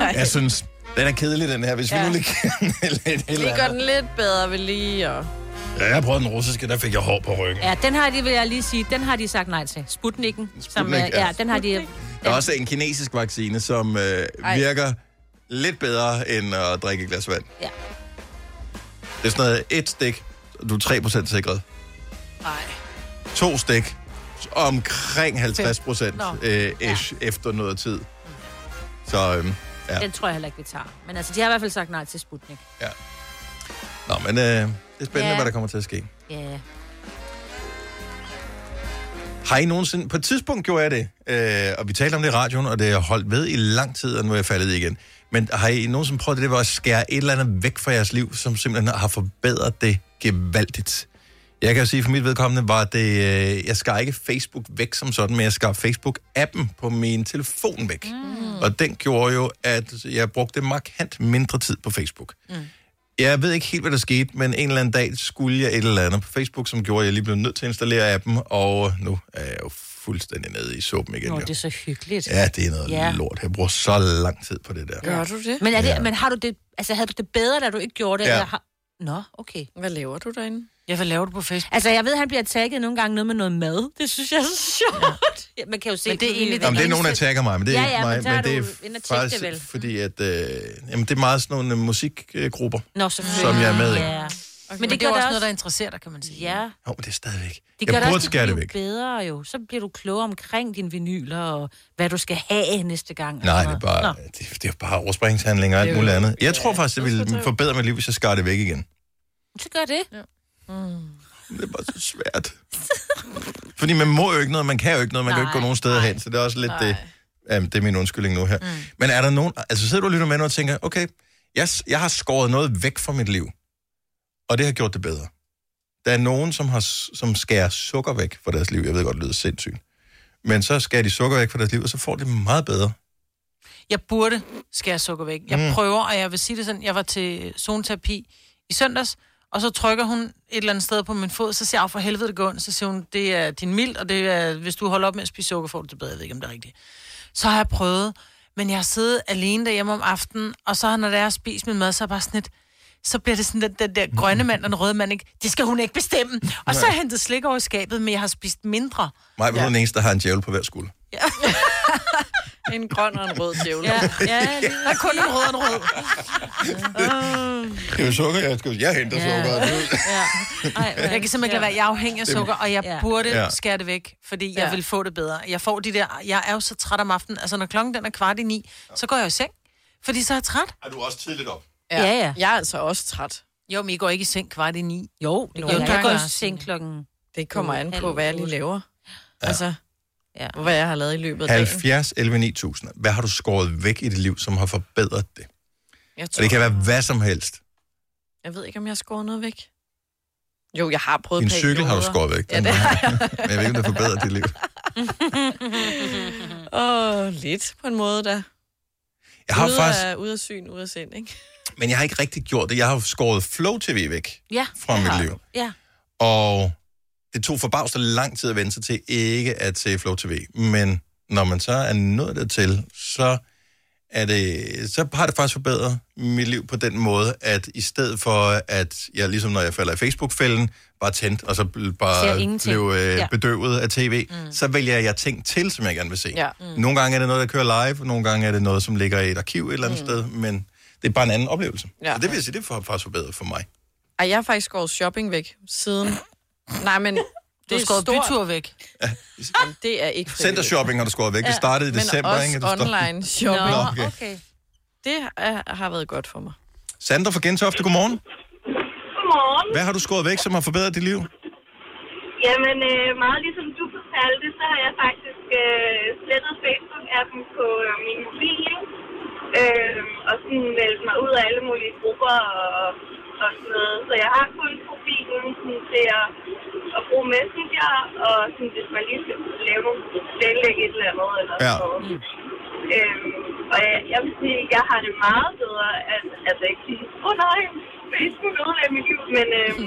A: er, jeg synes, den er kedelig, den her. Hvis ja.
E: Ja.
A: vi nu lige kan lidt
E: Vi
A: eller
E: gør
A: andet.
E: den lidt bedre ved lige og...
A: Ja, jeg prøvede den russiske, der fik jeg hår på ryggen.
D: Ja, den har de, vil jeg lige sige, den har de sagt nej til. Sputnikken. Sputnik, som,
A: Sputnik,
D: ja.
A: ja.
D: ja. den har de...
A: Der er også en kinesisk vaccine, som øh,
D: Ej.
A: virker lidt bedre end at drikke et glas vand.
D: Ja.
A: Det er sådan noget, et stik, du er 3% sikret.
C: Nej.
A: To stik, omkring 50%
D: Nå. Mm.
A: øh, ish, ja. efter noget tid. Så øhm, ja.
D: Den tror jeg heller ikke, vi tager. Men altså, de har i hvert fald sagt nej til Sputnik.
A: Nå, men øh, det er spændende,
D: Ja.
A: ja. hvad der kommer til at ske.
D: Ja.
A: Har I nogensinde... På et tidspunkt gjorde jeg det, øh, og vi talte om det i radioen, og det har holdt ved i lang tid, og nu er jeg faldet i igen. Men har I nogensinde prøvet det, der var at skære et eller andet væk fra jeres liv, som simpelthen har forbedret det gevaldigt? Jeg kan jo sige, for mit vedkommende var det... Øh, jeg skar ikke Facebook væk som sådan, men jeg skar Facebook-appen på min telefon væk. Mm. Og den gjorde jo, at jeg brugte markant mindre tid på Facebook.
D: Mm.
A: Jeg ved ikke helt, hvad der skete, men en eller anden dag skulle jeg et eller andet på Facebook, som gjorde, at jeg lige blev nødt til at installere appen, og nu er jeg jo fuldstændig nede i suppen igen.
D: Nå,
A: jo.
D: det er så hyggeligt.
A: Ja, det er noget
D: Ja.
A: ja. lort. Jeg bruger så lang tid på det der.
D: Men, er det,
A: Ja.
D: men har du det, altså, havde du det bedre, da du ikke gjorde det?
A: Ja.
D: Eller har... Nå, okay.
E: Hvad laver du derinde?
C: Ja, hvad laver du på Facebook?
D: Altså, jeg ved, at han bliver tagget nogle gange noget med noget mad. Det synes jeg er så sjovt. Ja. Man kan jo se...
C: Men det er
D: på
C: egentlig
D: de-
A: Jamen, det er nogen, der tagger mig, men det er
D: Ja,
A: ikke
D: ja,
A: mig.
D: men der er
A: det
D: du inde og tjekke det
A: faktisk,
D: vel.
A: fordi at, øh, jamen, det er meget sådan nogle øh, musikgrupper.
D: Nå, selvfølgelig.
A: Som jeg er med i.
D: Ja.
C: Okay.
D: Men
C: Men det,
D: det gør
C: er jo
D: der
C: også
D: også-
C: noget, der interesserer dig, kan man sige.
D: Ja.
A: Jo, men det er stadigvæk.
D: Det
A: jeg
D: gør
A: burde
D: dig også
A: skære det
D: dit liv
A: væk.
D: bedre jo. Så bliver du klogere omkring dine vinyler og hvad du skal have næste gang. og
A: Nej,
D: sådan
A: det er
D: noget.
A: bare, det, det er bare overspringshandlinger og
D: Det
A: alt
D: er jo-
A: muligt andet. Jeg tror faktisk, det ville forbedre mit liv, hvis jeg skar det væk igen.
D: Nå, så gør det. Ja.
A: Mm. Det er bare så svært. Fordi man må jo ikke noget, man kan jo ikke noget, man kan jo ikke
D: Nej,
A: gå nogen steder hen, så det er også lidt det. Øhm, det er min undskyldning nu her. Mm. Men er der nogen... Altså sidder du og lytter med nu og tænker, okay, jeg, s- jeg har skåret noget væk fra mit liv, og det har gjort det bedre. Der er nogen, som, har, s- som skærer sukker væk fra deres liv. Jeg ved godt, det lyder sindssygt. Men så skærer de sukker væk fra deres liv, og så får de det meget bedre.
C: Jeg burde skære sukker væk. Jeg
A: Mm.
C: mm. prøver, og jeg vil sige det sådan, jeg var til zoneterapi i søndags, og så trykker hun et eller andet sted på min fod, så siger jeg, "Au, for helvede det går ondt. Så siger hun, det er din mild, og det er, hvis du holder op med at spise sukker, får du det bedre. Jeg ved ikke, om det er rigtigt. Så har jeg prøvet, men jeg har siddet alene derhjemme om aftenen, og så når det er, jeg har spist min mad, så er jeg bare sådan lidt, så bliver det sådan, at den der grønne mand og den røde mand, ikke, det skal hun ikke bestemme. Og så har jeg hentet slik over i skabet, men jeg har spist mindre.
A: Mig ja. er den eneste, der har en djævel på hver skulder.
E: En grøn og en rød djævel.
C: Ja, ja, lige Der er kun en rød og en rød. Øh.
A: Det er jo sukker, jeg, skal, jeg henter
C: Ja.
A: sukker.
C: Ej, jeg kan simpelthen ikke lade være. Jeg er afhængig af
A: Det-
C: sukker, og jeg
A: Ja.
C: burde
A: Ja.
C: ja. skære det væk, fordi jeg
E: Ja.
C: vil få det bedre. Jeg får de der... Jeg er jo så træt om aftenen. Altså, når klokken den er kvart i ni, så går jeg i seng, fordi så er jeg træt.
A: Er du også tidligt op?
C: Ja, ja.
E: Jeg er altså også træt.
C: Jo, men I går ikke i seng kvart i ni.
D: Jo,
C: det
D: det
C: gør
D: gør
C: jeg.
D: jeg.
C: Jeg
D: Jeg
C: går
D: går
C: i
D: i seng klokken...
E: Det kommer an på, hvad jeg lige laver.
A: Ja.
E: Altså,
D: ja.
E: hvad jeg har lavet i løbet af dagen.
A: 70, 11, 9000. Hvad har du skåret væk i dit liv, som har forbedret det?
E: Jeg,
A: Og det kan være hvad som helst.
E: jeg ved ikke, om jeg har skåret noget væk. Jo, jeg har prøvet
A: Din cykel har du
E: perioder.
A: skåret væk.
E: Ja, det har jeg.
A: Men jeg ved ikke, om det har forbedret dit liv.
E: Åh, lidt på en måde, da.
A: Jeg har
E: ude
A: faktisk-
E: Af, ude af syn, ude af sind, ikke?
A: Men jeg har ikke rigtig gjort det. Jeg har skåret Flow TV væk
E: Ja,
A: fra
E: det
A: mit
E: har
A: liv.
E: du. Ja.
A: Og det tog forbavset lang tid at vente sig til ikke at se Flow TV. Men når man så er nået dertil, så, er det, så har det faktisk forbedret mit liv på den måde, at i stedet for, at jeg ligesom når jeg falder i Facebook-fælden, bare tændt, og så bl-
M: Ser
A: bare
M: ingenting.
A: blev øh,
M: Ja.
A: bedøvet af tv, mm. så vælger jeg ting til, som jeg gerne vil se.
M: Ja.
A: Mm. Nogle gange er det noget, der kører live, nogle gange er det noget, som ligger i et arkiv et eller andet mm. sted, men det er bare en anden oplevelse. Ja.
E: Ja.
A: Så det vil jeg sige, det har faktisk forbedret for mig.
E: Ej, jeg har faktisk skåret shopping væk siden... Nej, men... Det
C: har
E: er
C: skåret
E: stort.
C: bytur væk.
E: Jamen, det er ikke frivilligt.
A: Centershopping har du skåret væk. Det startede i december,
E: men også
A: ikke? Det står-
E: online shopping.
A: Nå, okay.
E: okay. Det er, har været godt for mig.
A: Sandra fra Gentofte, godmorgen.
N: Godmorgen.
A: Hvad har du skåret væk, som har forbedret dit liv?
N: Jamen, øh, meget ligesom du fortalte, så har jeg faktisk øh, slettet Facebook-appen på øh, min mobil, ikke? øh, og sådan meldt mig ud af alle mulige grupper og, og sådan noget. Så jeg har kun profilen sådan, til at, at bruge Messenger, og sådan, hvis man lige skal lave nogle planlægge et eller andet. Eller
O: Ja.
N: sådan noget. Øhm, og jeg, jeg vil sige, jeg har det meget bedre, at, altså ikke sige, åh oh, nej, Facebook ødelægger mit liv, men øhm,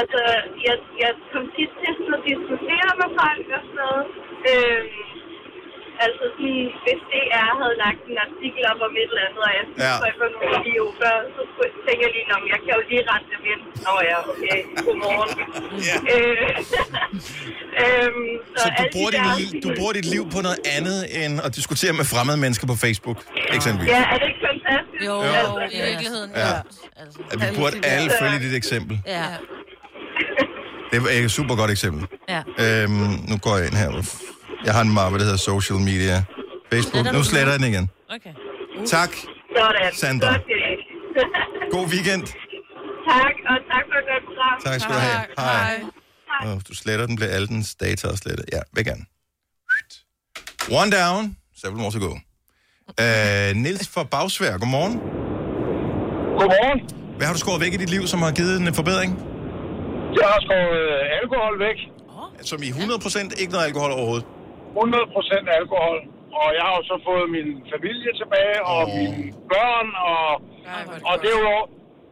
N: altså, jeg, jeg kom tit til sådan at diskutere med folk og sådan noget. Øhm, altså sådan, hvis DR havde lagt en artikel op om et eller andet, og jeg
A: Ja.
N: synes, ja. for nogle idioter, så skulle- tænker jeg lige, om jeg kan jo lige rette dem ind. Nå ja, okay, godmorgen. Ja. Øh, øhm, så
A: Så du
N: alle de
A: bruger,
N: der-
A: dit, li- du bruger dit liv på noget andet end at diskutere med fremmede mennesker på Facebook, eksempelvis.
N: Ja, er det ikke fantastisk? Altså, Jo,
A: Jo,
N: i virkeligheden.
A: Ja. At vi burde alle følge dit eksempel.
N: Ja.
A: Det er et super godt eksempel.
N: Ja.
A: Øhm, nu går jeg ind her. Jeg har en mappe, der hedder social media. Facebook. Nu sletter jeg den igen.
N: Okay.
A: Tak.
N: Uh. Sådan.
A: Sandra.
N: Godt, det er det.
A: God weekend.
N: tak, og tak for et godt program.
A: Tak skal du have. Tak. Hej. Oh, du sletter den, bliver alle dens data også slettet. Ja, væk gerne. One down. Several more to go. Uh, Nils fra Bagsvær, godmorgen.
P: Godmorgen.
A: Hvad har du skåret væk i dit liv, som har givet en øh, forbedring?
P: Jeg har skåret øh, alkohol væk.
A: Som i 100% ikke noget alkohol overhovedet?
P: 100% alkohol. Og jeg har jo så fået min familie tilbage, og oh. mine børn, og, og derudover,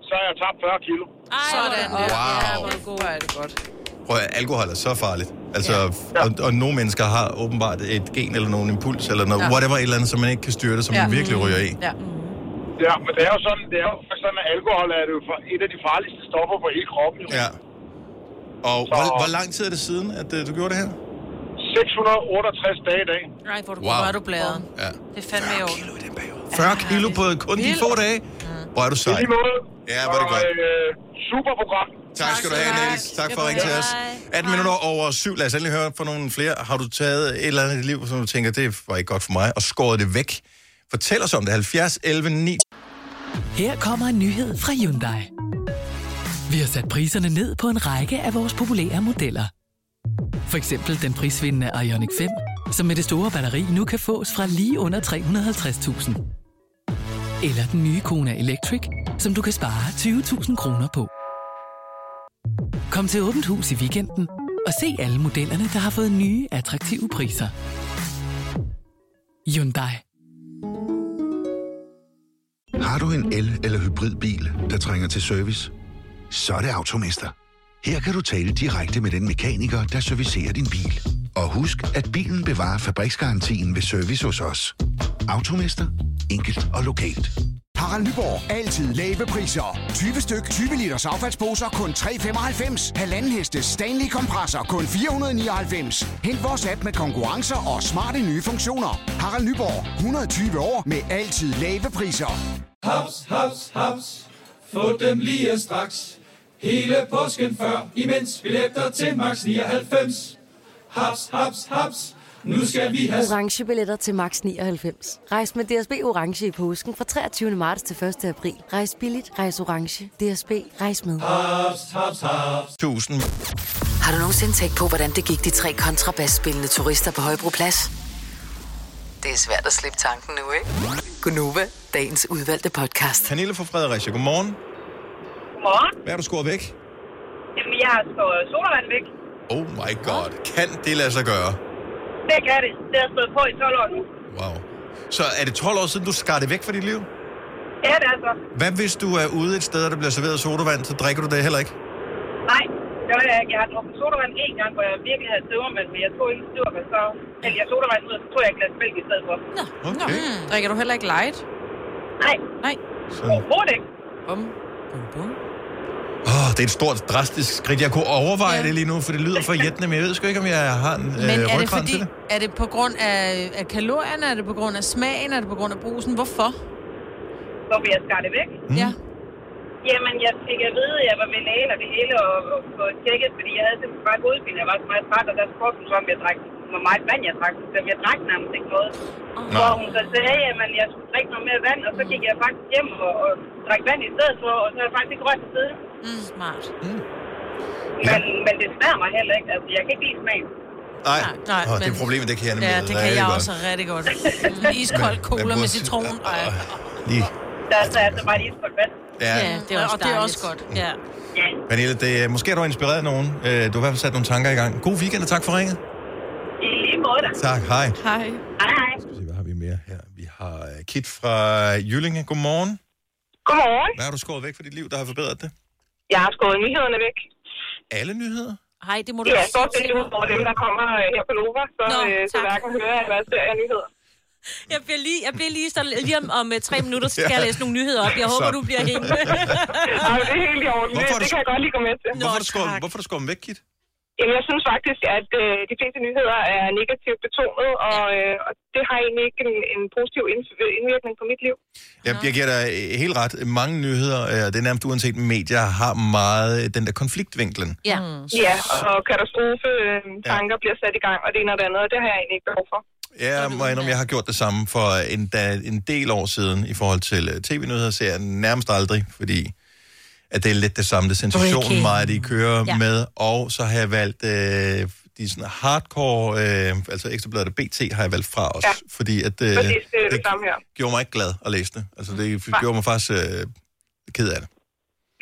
P: så har jeg tabt 40 kilo.
E: Sådan.
A: Wow. Ja,
E: hvor er det godt.
A: Prøv at alkohol er så farligt. Altså, ja. og, og nogle mennesker har åbenbart et gen eller nogen impuls, eller noget,
P: Ja.
A: ja. whatever et eller andet, som man ikke kan styre det, som ja. man virkelig ryger i.
E: Ja.
P: Ja, men det er jo sådan, det er jo faktisk sådan, at alkohol er det jo for- et af de farligste stoffer på hele kroppen. Jo.
A: Ja. Og hvor, hvor lang tid er det siden, at øh, du gjorde det her?
P: 668 dage i dag.
C: Nej, hvor du
A: Wow.
C: wow. er du blæret.
A: Ja.
C: Det er fandme i orden.
A: 40 kilo på kun de få dage? Hvor er du sej. Ja, hvor er det godt.
P: Øh, super program.
A: Tak skal du have, Niels. Tak for at ringe til os. 18 minutter over syv. Lad os endelig høre fra nogle flere. Har du taget et eller andet i dit liv, som du tænker, det var ikke godt for mig, og skåret det væk? Fortæl os om det. 70 11 9.
Q: Her kommer en nyhed fra Hyundai. Vi har sat priserne ned på en række af vores populære modeller. For eksempel den prisvindende Ioniq 5, som med det store batteri nu kan fås fra lige under 350.000. Eller den nye Kona Electric, som du kan spare 20.000 kroner på. Kom til Åbent Hus i weekenden og se alle modellerne, der har fået nye, attraktive priser. Hyundai.
M: Har du en el- eller hybridbil, der trænger til service? Så er det Automester. Her kan du tale direkte med den mekaniker, der servicerer din bil. Og husk, at bilen bevarer fabriksgarantien ved service hos os. Automester. Enkelt og lokalt.
O: Harald Nyborg. Altid lave priser. 20 styk, 20 liters affaldsposer kun 3,95. Halvanden heste Stanley kompresser kun 499. Hent vores app med konkurrencer og smarte nye funktioner. Harald Nyborg. 120 år med altid lave priser.
R: Haps, haps, haps. Få dem lige straks. Hele påsken før, imens vi læfter til max 99. Haps, haps, haps. Nu skal vi have...
S: orange billetter til max 99. Rejs med DSB orange i påsken fra 23. marts til 1. april. Rejs billigt, rejs orange. DSB rejs med.
R: Haps, haps, haps.
A: Tusind.
B: Har du nogensinde tænkt på, hvordan det gik de tre kontrabasspillende turister på Højbroplads? Det er svært at slippe tanken nu, ikke? Gunova, dagens udvalgte podcast.
A: Pernille fra Fredericia, godmorgen.
N: Godmorgen.
A: Hvad har du skåret væk?
N: Jamen, jeg har skåret sodavand væk.
A: Oh my god. Kan det lade sig gøre?
N: Det kan det. Det har stået på i 12 år nu.
A: Wow. Så er det 12 år siden, du skar det væk fra dit liv?
N: Ja, det altså. er så.
A: Hvad hvis du er ude et sted, og der bliver serveret sodavand, så drikker du det heller ikke?
N: Nej, det var jeg ikke. Jeg har drukket sodavand en gang, hvor jeg virkelig havde støvermand, men jeg tog ikke støvermand, så hældte jeg sodavand ud, og så tog jeg et glas mælk i stedet for. Nå.
A: Okay.
E: Mm. Drikker du heller ikke light?
N: Nej.
E: Nej.
A: Så...
N: Overhovedet ikke.
E: Bum. Bum, bum.
A: Oh, det er et stort, drastisk skridt. Jeg kunne overveje ja. det lige nu, for det lyder for jættende, men jeg ved sgu ikke, om jeg har en øh,
C: Men er det
A: rygrad
C: fordi,
A: til det.
C: er det på grund af, af kalorierne, er det på grund af smagen, er det på grund af brusen? Hvorfor?
N: Hvorfor jeg skar det væk?
C: Mm. Ja.
N: Jamen, jeg fik at vide, at jeg var ved lægen og det hele, og, og få tjekket, fordi jeg havde simpelthen bare hovedpine. Jeg var så meget træt, og der spurgte hun så, om jeg drak, hvor meget vand jeg drak. Så jeg drak nærmest ikke noget.
A: Nå.
N: Hvor hun så sagde, at jeg skulle drikke noget mere vand, og så gik jeg faktisk hjem og, og drak vand i stedet for, og så har jeg faktisk ikke rørt mig siden.
C: Mm, smart.
A: Mm.
N: Men, men det smager mig heller ikke. Altså, jeg kan ikke lide smagen.
A: Nej,
C: nej,
A: oh, det
C: men-
A: er problemet, det kan jeg nemlig
C: Ja, det kan
A: rigtig
C: jeg
A: godt.
C: også rigtig godt. En Mm, iskold
A: Men-
C: cola
A: men
C: med
A: burde-
C: citron. Ej.
A: Lige.
N: Der er så altså bare lige på vand.
A: Ja. Mm.
C: Ja, det er også, og det er også godt. Ja.
A: Pernille, det, er- måske har du inspireret nogen. Øh, Du har i hvert fald sat nogle tanker i gang. God weekend, og tak for ringet.
N: I lige måde.
A: Tak, hej.
E: Hej.
N: Hej.
A: Har øh, Kit fra øh, Jyllinge, godmorgen.
N: Godmorgen.
A: Hvad har du skåret væk fra dit liv, der har forbedret det?
N: Jeg har skåret nyhederne væk.
A: Alle nyheder?
D: Hej, det må du
N: Ja,
D: ikke
N: stort set
D: sige til
N: ud
D: mig.
N: over dem, der kommer øh, her på Nova, så,
D: Nå,
N: øh, så
D: tak.
N: hverken hører eller ser jeg nyheder.
D: Jeg bliver lige, jeg bliver lige, sådan, lige om, om øh, tre minutter, så skal
A: Ja.
D: jeg læse nogle nyheder op. Jeg håber,
A: Så.
D: du bliver hængende.
N: Jamen, det er helt i orden. Det,
A: Hvorfor er
N: det
A: du-
N: kan jeg godt lige gå med til.
A: Hvorfor har du skåret, hvorfor har du skåret dem væk, Kit?
N: Jamen, jeg synes faktisk, at øh, de fleste nyheder er negativt betonet, og, øh, og det har egentlig ikke en, en positiv ind- indvirkning på mit liv.
A: Jeg, jeg giver dig øh, helt ret. Mange nyheder, øh, det er nærmest uanset medier, har meget øh, den der konfliktvinklen.
N: Ja. Ja, og katastrofe øh, tanker ja. bliver sat i gang, og det ene og det andet, og det har jeg egentlig ikke behov for.
A: Jeg må indrømme, jeg har gjort det samme for øh, en, da, en del år siden i forhold til øh, tv-nyheder, ser jeg nærmest aldrig, fordi at det er lidt det samme. Det er sensation
T: Breaking.
A: meget, de kører
T: Ja.
A: ja. med. Og så har jeg valgt øh, de sådan hardcore, øh, altså ekstrabladet BT har jeg valgt fra også, ja. fordi at øh,
N: Præcis, det er
A: det
N: det samme her.
A: gjorde mig ikke glad at læse det. Altså
E: Mm.
A: det
N: Nej.
A: gjorde mig faktisk øh, ked af det.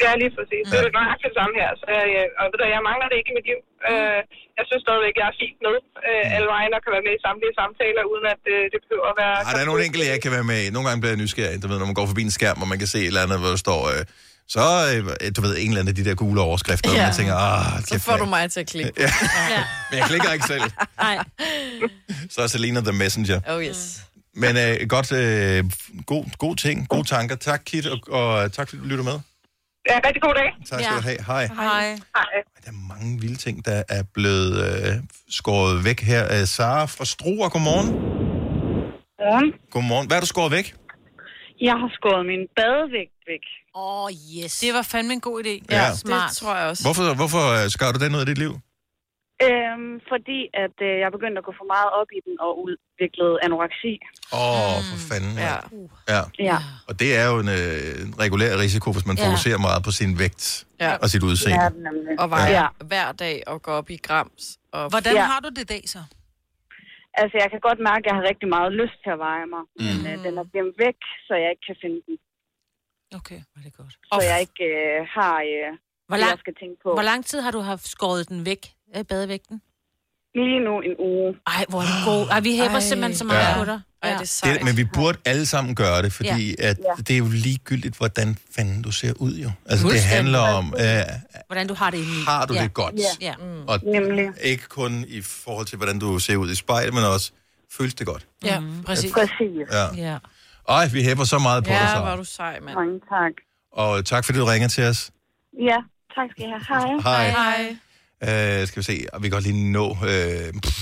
N: Ja, lige præcis. Det er jo nøjagtigt det samme her. Så, øh, og ved du, jeg mangler det ikke i mit liv. Øh, jeg synes stadigvæk, jeg er fint med øh,
A: Mm.
N: alle vejen og kan være med i samtlige samtaler, uden at øh, det behøver at være...
A: Ej, der er nogle enkelte, jeg kan være med i. Nogle gange bliver jeg nysgerrig, du ved, når man går forbi en skærm, og man kan se et eller andet, hvor der står... Øh, så, øh, du ved, en eller anden af de der gule overskrifter, ja.
E: Ja.
A: og man tænker, ah,
E: Så får du mig til at klikke.
A: Ja. Men jeg klikker ikke selv.
D: Nej.
A: Så er Selena the messenger.
E: Oh yes.
A: Men øh, godt, øh, god, god ting, gode tanker. Tak, Kit, og, og øh, tak, fordi du lytter med.
N: Ja, rigtig god dag.
A: Tak skal Ja. du have. Hej.
C: Hej.
A: Mange vilde ting, der er blevet øh, skåret væk her. Øh, Sara fra Struer, godmorgen.
U: Godmorgen.
A: Godmorgen. Hvad har du skåret væk?
U: Jeg har skåret min badevægt væk.
C: Åh, oh, yes. Det var fandme en god idé.
A: Ja.
C: smart.
E: Det tror jeg også.
A: Hvorfor, hvorfor øh, skar du den ud af dit liv?
U: Øhm, fordi at øh, jeg begyndte at gå for meget op i den og udviklede anoreksi.
A: Åh, oh, for fanden. Ja. ja.
U: Ja.
A: Og det er jo en, øh, en regulær risiko, hvis man
E: Ja.
A: ja. fokuserer meget på sin vægt
E: Ja.
A: ja. og sit udseende. Ja.
E: Og vejer
U: Ja.
E: hver dag og går op i grams. Og
C: Hvordan har du det i dag så?
U: Altså, jeg kan godt mærke, at jeg har rigtig meget lyst til at veje mig. Mm. Men øh, den er gemt væk, så jeg ikke kan finde den.
D: Okay, var det godt.
U: Så jeg ikke øh, har øh,
D: Hvor
U: hvor
D: lang-
U: lang... jeg skal tænke på.
D: Hvor lang tid har du haft skåret den væk, øh, badevægten?
U: Lige nu en uge.
D: Ej, hvor er du god. Ej, vi hæber simpelthen så meget
A: Ja.
D: ja. på dig. Ja. Ej, det er
A: Det, men vi burde alle sammen gøre det, fordi
D: Ja.
A: ja. At
D: Ja.
A: det er jo ligegyldigt, hvordan fanden du ser ud jo. Altså, det
D: Fuldstændig.
A: handler om, øh,
D: Hvordan du har det inde i.
A: Har du det godt?
D: Ja. ja. Mm.
A: og ikke kun i forhold til, hvordan du ser ud i spejlet, men også, føles det godt?
C: Ja,
A: præcis.
U: Præcis.
A: Ja.
D: ja.
A: Ej, vi hæpper så meget på dig,
E: Ja,
A: Sara.
E: var du sej, mand.
U: Mange tak.
A: Og tak, fordi du ringer til os.
U: Ja, tak skal I have. Hej.
A: Hej.
E: Hej.
A: Øh, skal vi se, og vi kan godt lige nå... Øh, pff,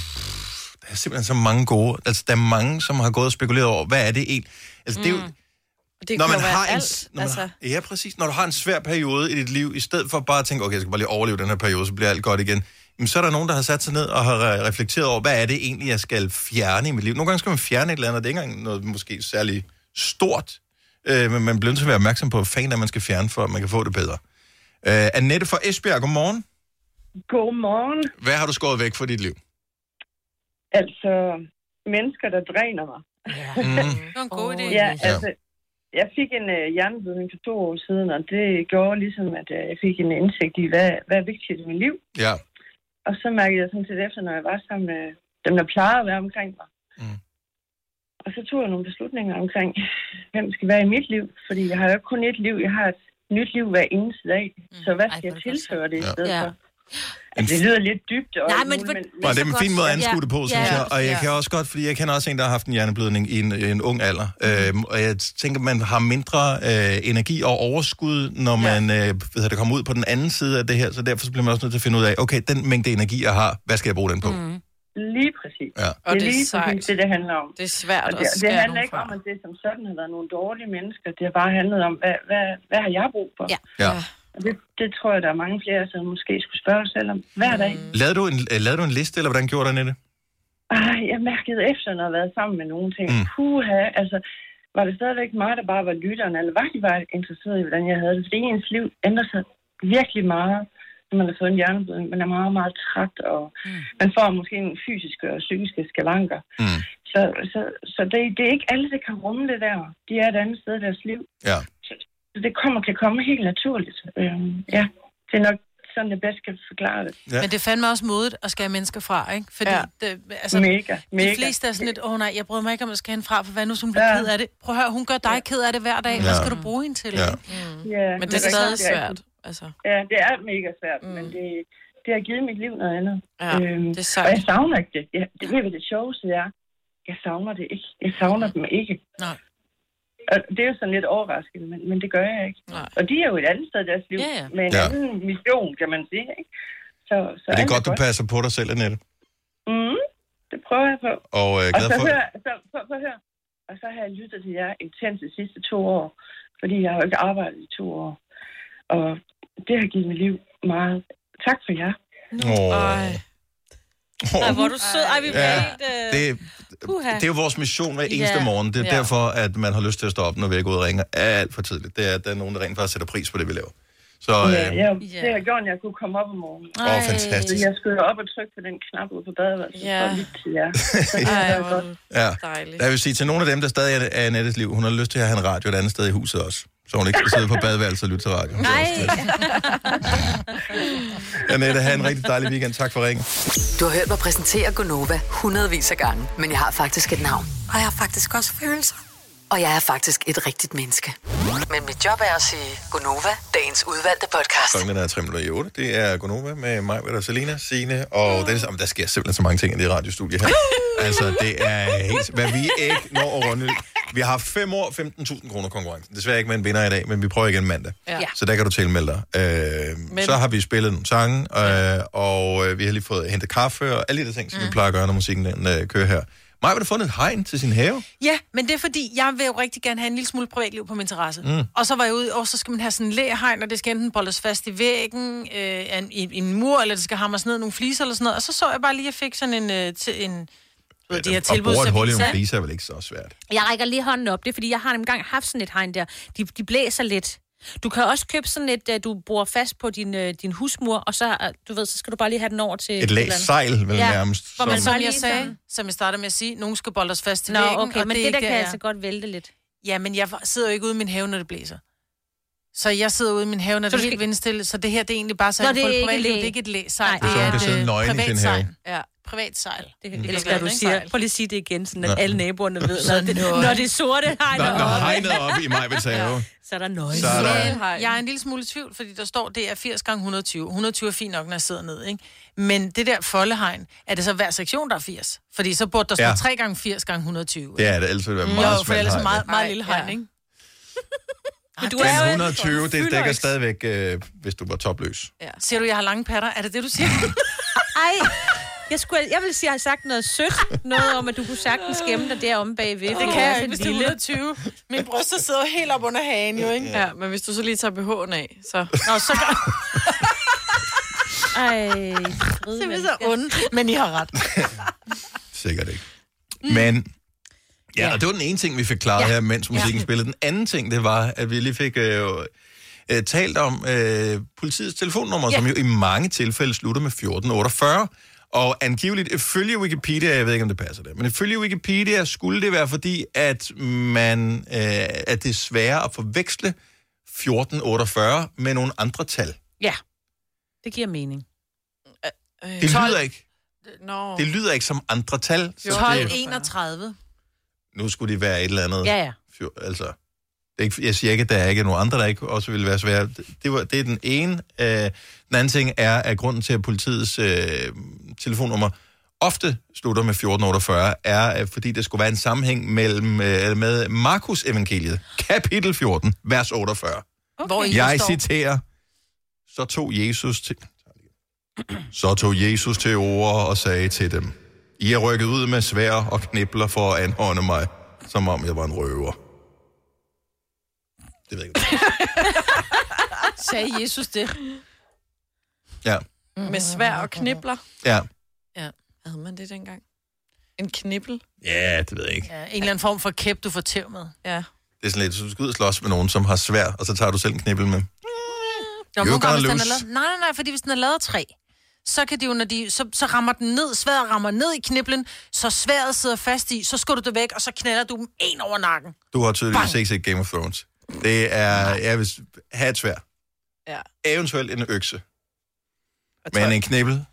A: der er simpelthen så mange gode... Altså, der er mange, som har gået og spekuleret over, hvad er det egentlig? Altså, mm. det er jo...
E: Det
A: når
E: kan
A: man
E: jo være
A: har en,
E: alt,
A: når man,
E: altså.
A: har- Ja, præcis. Når du har en svær periode i dit liv, i stedet for bare at tænke, okay, jeg skal bare lige overleve den her periode, så bliver alt godt igen. Jamen, så er der nogen, der har sat sig ned og har re- reflekteret over, hvad er det egentlig, jeg skal fjerne i mit liv? Nogle gange skal man fjerne et eller andet, og det er ikke engang noget måske særlig stort. Øh, men man bliver nødt til at være opmærksom på, hvad fanden er, man skal fjerne, for at man kan få det bedre. Øh, Annette fra Esbjerg, godmorgen.
T: Godmorgen.
A: Hvad har du skåret væk fra dit liv?
T: Altså, mennesker, der dræner mig.
A: Mm.
C: Det var en god idé.
T: ja, altså, jeg fik en øh, hjerneblødning for to år siden, og det gjorde ligesom, at øh, jeg fik en indsigt i, hvad, hvad er vigtigt i mit liv.
A: Ja.
T: Og så mærkede jeg sådan set efter, når jeg var sammen med dem, der plejede at være omkring mig.
A: Mm.
T: Og så tog jeg nogle beslutninger omkring, hvem skal være i mit liv. Fordi jeg har jo ikke kun et liv, jeg har et nyt liv hver eneste dag. Så hvad skal jeg tilføre det i
A: Ja.
T: stedet
A: Ja.
T: for? Altså, det lyder lidt dybt. Og
D: Nej,
T: alt
D: men
T: muligt,
D: for-
A: Men det er en fin måde at anskue det på, synes jeg. Og jeg kan også godt, fordi jeg kender også en, der har haft en hjerneblødning i en, i en ung alder.
T: Mhm.
A: Øhm, og jeg tænker, man har mindre øh, energi og overskud, når man øh, hvad hedder det, kommer ud på den anden side af det her. Så derfor så bliver man også nødt til at finde ud af, okay, den mængde energi, jeg har, hvad skal jeg bruge den på? Mm.
T: Lige præcis.
A: Ja.
T: Mhm. Og det er lige præcis det, det handler om.
E: Det er svært
T: Og det,
E: at
T: det
E: skære
T: handler
E: nogen
T: ikke om, at det som sådan har været nogle dårlige mennesker. Det har bare handlet om, hvad, hvad, hvad har jeg brug for? Ja.
A: Ja.
T: Og det, det tror jeg, der er mange flere, som måske skulle spørge sig selv om hver dag. Mm.
A: Lavede, du en, øh, lavede du en liste, eller hvordan gjorde du det?
T: Ah, jeg mærkede efter, når jeg har været sammen med nogen ting. Mm. Puha, altså, var det stadigvæk mig, der bare var lytteren, eller var de bare interesseret i, hvordan jeg havde det? Fordi ens liv ændrer sig virkelig meget, når man har fået en hjerneblødning. Man er meget, meget træt, og mm. man får måske en fysiske og psykiske skavanker.
A: Mm.
T: Så, så, så det, det er ikke alle, der kan rumme det der. De er et andet sted i deres liv.
A: Ja.
T: Så det kommer, kan komme helt naturligt. Øhm, ja, det er nok sådan, det bedst kan forklare det.
C: Ja. Men det fandme også modigt at skære mennesker fra, ikke? Fordi
T: Ja.
C: det, altså,
T: Mega, mega.
C: de fleste er sådan lidt, åh oh, nej, jeg bryder mig ikke om at skære hende fra, for hvad nu, hvis hun bliver ja. ked af det? Prøv at høre, hun gør dig ked af det hver dag. Hvad
T: Ja.
C: skal du bruge hende til?
T: Ja.
C: ikke?
T: Ja,
C: Men det er
T: rigtigt,
C: stadig
T: rigtigt.
C: svært, altså.
T: Ja, det er mega svært, mm. men det, det har givet mit liv noget andet. Øhm,
E: Ja, det er sejt.
T: Og jeg savner ikke det. Jeg, det ved jeg, hvad det sjoveste er. Jeg savner det ikke. Jeg savner dem ikke.
C: Nej.
T: Og det er jo sådan lidt overraskende, men, men det gør jeg ikke.
C: Nej.
T: Og de er jo et andet sted i deres liv,
A: Ja, ja.
T: med en
A: Ja.
T: anden mission, kan man sige. Ikke? Så, så
A: Er det
T: alt
A: godt, du passer på dig selv, Annette?
T: Mm, det prøver jeg på.
A: Og øh,
T: Og
A: glad
T: så
A: for...
T: hør, så, så, så hør. Og så har jeg lyttet til jer intens de sidste to år, fordi jeg har jo ikke arbejdet i to år. Og det har givet mit liv meget. Tak for jer.
A: Åh.
D: Ej, hvor er du sød. Ej, vi bliver
A: Ja.
D: helt... Øh...
A: Det,
D: Puha.
A: det er jo vores mission hver eneste
D: Ja.
A: morgen. Det er
D: Ja.
A: derfor, at man har lyst til at stå op, når vi ikke udringer alt for tidligt. Det er, at der er nogen, der rent faktisk sætter pris på det, vi laver. Så øh,
T: Ja, jeg, det har gjort, at jeg kunne komme op om morgenen.
A: Åh, Ej. fantastisk.
T: Så jeg skulle op og trykke på den knap ude på badeværelset
E: Ja.
T: for at lytte til jer. Så det har været godt.
A: Ja.
E: Dejligt.
A: Der vil sige til nogle af dem, der stadig er- er i Annettes liv, hun har lyst til at have en radio et andet sted i huset også. Så hun ikke skal sidde på badeværelset og lytte til radio.
B: Nej.
A: Annette, have en rigtig dejlig weekend. Tak for ringen.
B: Du har hørt mig præsentere Gonova hundredvis af gange, men jeg har faktisk et navn.
V: Og jeg har faktisk også følelser.
B: Og jeg er faktisk et rigtigt menneske. Men mit job er at sige Gonova, dagens udvalgte podcast.
A: Klokken er 3 minutter i 8. Det er Gonova med mig, Vedder, Selina, Signe og Dennis. Jamen, der sker simpelthen så mange ting i det radiostudie her. altså, det er helt... Hvad vi ikke når at runde... Vi har 5 år 15.000 kroner konkurrencen. Desværre ikke med en vinder i dag, men vi prøver igen mandag.
E: Ja.
A: Så der kan du tilmelde dig. Øh,
E: Men-
A: Så har vi spillet nogle sange, øh, og øh, vi har lige fået hentet kaffe og alle de der ting, som mm. vi plejer at gøre, når musikken den, øh, kører her. Maja har fundet et hegn til sin have.
C: Ja, men det er fordi, jeg vil jo rigtig gerne have en lille smule privatliv på min terrasse.
A: Mm.
C: Mm. Og så var jeg ude, og så skal man have sådan en læhegn, og det skal enten boldes fast i væggen, øh, en, i, i en mur, eller det skal hamres ned i nogle fliser eller sådan noget. Og så så jeg bare lige, at jeg fik sådan en... Øh, til, en du ved, de her
A: og
C: tilbud,
A: bore et
C: som
A: hul i
C: vi
A: nogle
C: satte.
A: fliser er vel ikke så svært.
D: Jeg rækker lige hånden op, det er fordi, jeg har nemlig engang haft sådan et hegn der. De, de blæser lidt. Du kan også købe sådan et, øh, du bor fast på din, øh, din husmur, og så, øh, du ved, så skal du bare lige have den over til...
A: Et lag sejl, vel nærmest,
C: Hvor man,
A: som-
C: som jeg sagde, som jeg startede med at sige, nogen skal bolde os fast til
D: Nå,
C: væggen,
D: okay,
C: og
D: men
C: er
D: det der
C: ikke
D: kan
C: jeg
D: altså godt vælte lidt.
C: Ja, men jeg sidder jo ikke ude i min have, når det blæser. Så jeg sidder ude i min have, når
D: Så
C: det
D: du
C: er helt vindstille, så det her det er egentlig bare så,
D: Nå,
C: jeg
D: det
C: kan få
D: er
C: et
D: ikke
C: privatliv.
D: læ.
C: Det er ikke et læsejl.
D: Nej, du
A: kan sidde nøgen i din
C: øh, privat
A: have.
C: sejl. Ja, privat sejl.
D: Det
C: er
D: elsker, du siger. Prøv lige at sige det igen, sådan at
A: Nå.
D: alle naboerne ved,
C: Så
D: når det,
C: nøje.
D: når det er sorte hegner
A: Når, når
D: oppe.
A: hegnet op i mig vil tage
D: Så er der nøje.
A: Så er der-
C: Jeg er en lille smule i tvivl, fordi der står, det er 80 gange 120. 120 er fint nok, når jeg sidder ned, ikke? Men det der foldehegn, er det så hver sektion, der er 80? Fordi så burde der stå
A: Ja.
C: 3 gange 80 gange 120.
A: Det er det, ellers vil det være
C: Mm.
A: meget
C: Jo, for
A: smalt
C: ellers er
A: hegn.
C: meget, meget lille hegn, ikke? Ah, Men
A: Den 120, det dækker stadigvæk, øh, hvis du var topløs.
C: Ja. Ser du, jeg har lange patter? Er det det, du siger?
D: Ej, jeg, skulle, jeg ville sige, at jeg har sagt noget sødt. Noget om, at du kunne sagtens gemme dig deromme bagved.
C: Det kan jeg ikke, hvis det er 120. Min bryster sidder helt op under hagen, jo, ikke?
E: Ja, men hvis du så lige tager BH'en af, så...
C: Nå, så gør...
D: Ej,
C: så er vi så onde. Men I har ret.
A: Sikkert ikke. Men, ja, og det var den ene ting, vi fik klaret
C: Ja.
A: her, mens musikken
C: Ja.
A: spillede. Den anden ting, det var, at vi lige fik øh, øh, talt om øh, politiets telefonnummer,
G: Ja.
A: som jo i mange tilfælde slutter med 1448. Og angiveligt, ifølge Wikipedia, jeg ved ikke, om det passer det, men ifølge Wikipedia skulle det være fordi, at, man, øh, at det er sværere at forveksle 1448 med nogle andre tal.
D: Ja, det giver mening.
C: Øh,
A: Det lyder ikke,
E: Nå.
A: det lyder ikke som andre tal. så det-
C: 12, 31.
A: nu skulle de være et eller andet.
C: Ja, ja.
A: Fjor, altså, det er ikke, jeg siger ikke, at der er ikke nogen andre, der ikke også ville være svære. Det, det, var, det er den ene. Øh, den anden ting er, at grunden til, at politiets øh, telefonnummer ofte slutter med 1448, er, øh, fordi der skulle være en sammenhæng mellem, øh, eller med Markus evangeliet, kapitel 14, vers 48.
C: Okay. Hvor I
A: Jeg
C: står-
A: citerer, så tog Jesus til... Så tog Jesus til ord og sagde til dem, I er rykket ud med svær og knibler for at anhånde mig, som om jeg var en røver. Det ved jeg ikke.
C: Sagde Jesus det?
A: Ja,
E: Med svær og knibler.
A: ja.
C: Ja.
E: Havde man det dengang? En knibbel?
A: Ja, det ved jeg ikke.
C: Ja, en eller anden form for kæp, du får tæv med.
E: Ja.
A: Det er sådan lidt, så du skal ud og slås med nogen, som har svær, og så tager du selv en knibbel med.
C: Jo,
A: You're
C: nogle gange,
A: gonna
C: hvis den er
A: lose.
C: lavet, nej, nej, nej, fordi hvis den er lavet af træ, så kan det jo, når de, så, så rammer den ned, sværet rammer ned i kniblen, så sværet sidder fast i, så skubber du det væk, og så knalder du dem en over nakken.
A: Du har tydeligvis
C: Bang.
A: ikke set Game of Thrones. Det er, jeg vil s- have et svær.
E: Ja.
A: Eventuelt en økse. Men en knibbel,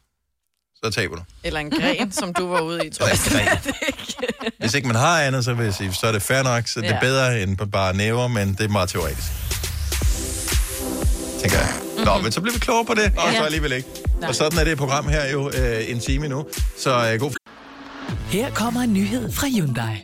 A: så taber du.
E: Eller en gren, som du var ude i, tror jeg.
A: Hvis ikke man har andet, så vil jeg sige, så er det fair nok, så det er
E: Ja.
A: bedre end på bare næver, men det er meget teoretisk. Tænker jeg. Nå, men så bliver vi klogere på det, og
F: Ja.
A: så alligevel ikke. Og sådan er det program her jo øh, en time nu. Så øh, god
Q: Her kommer en nyhed fra Hyundai.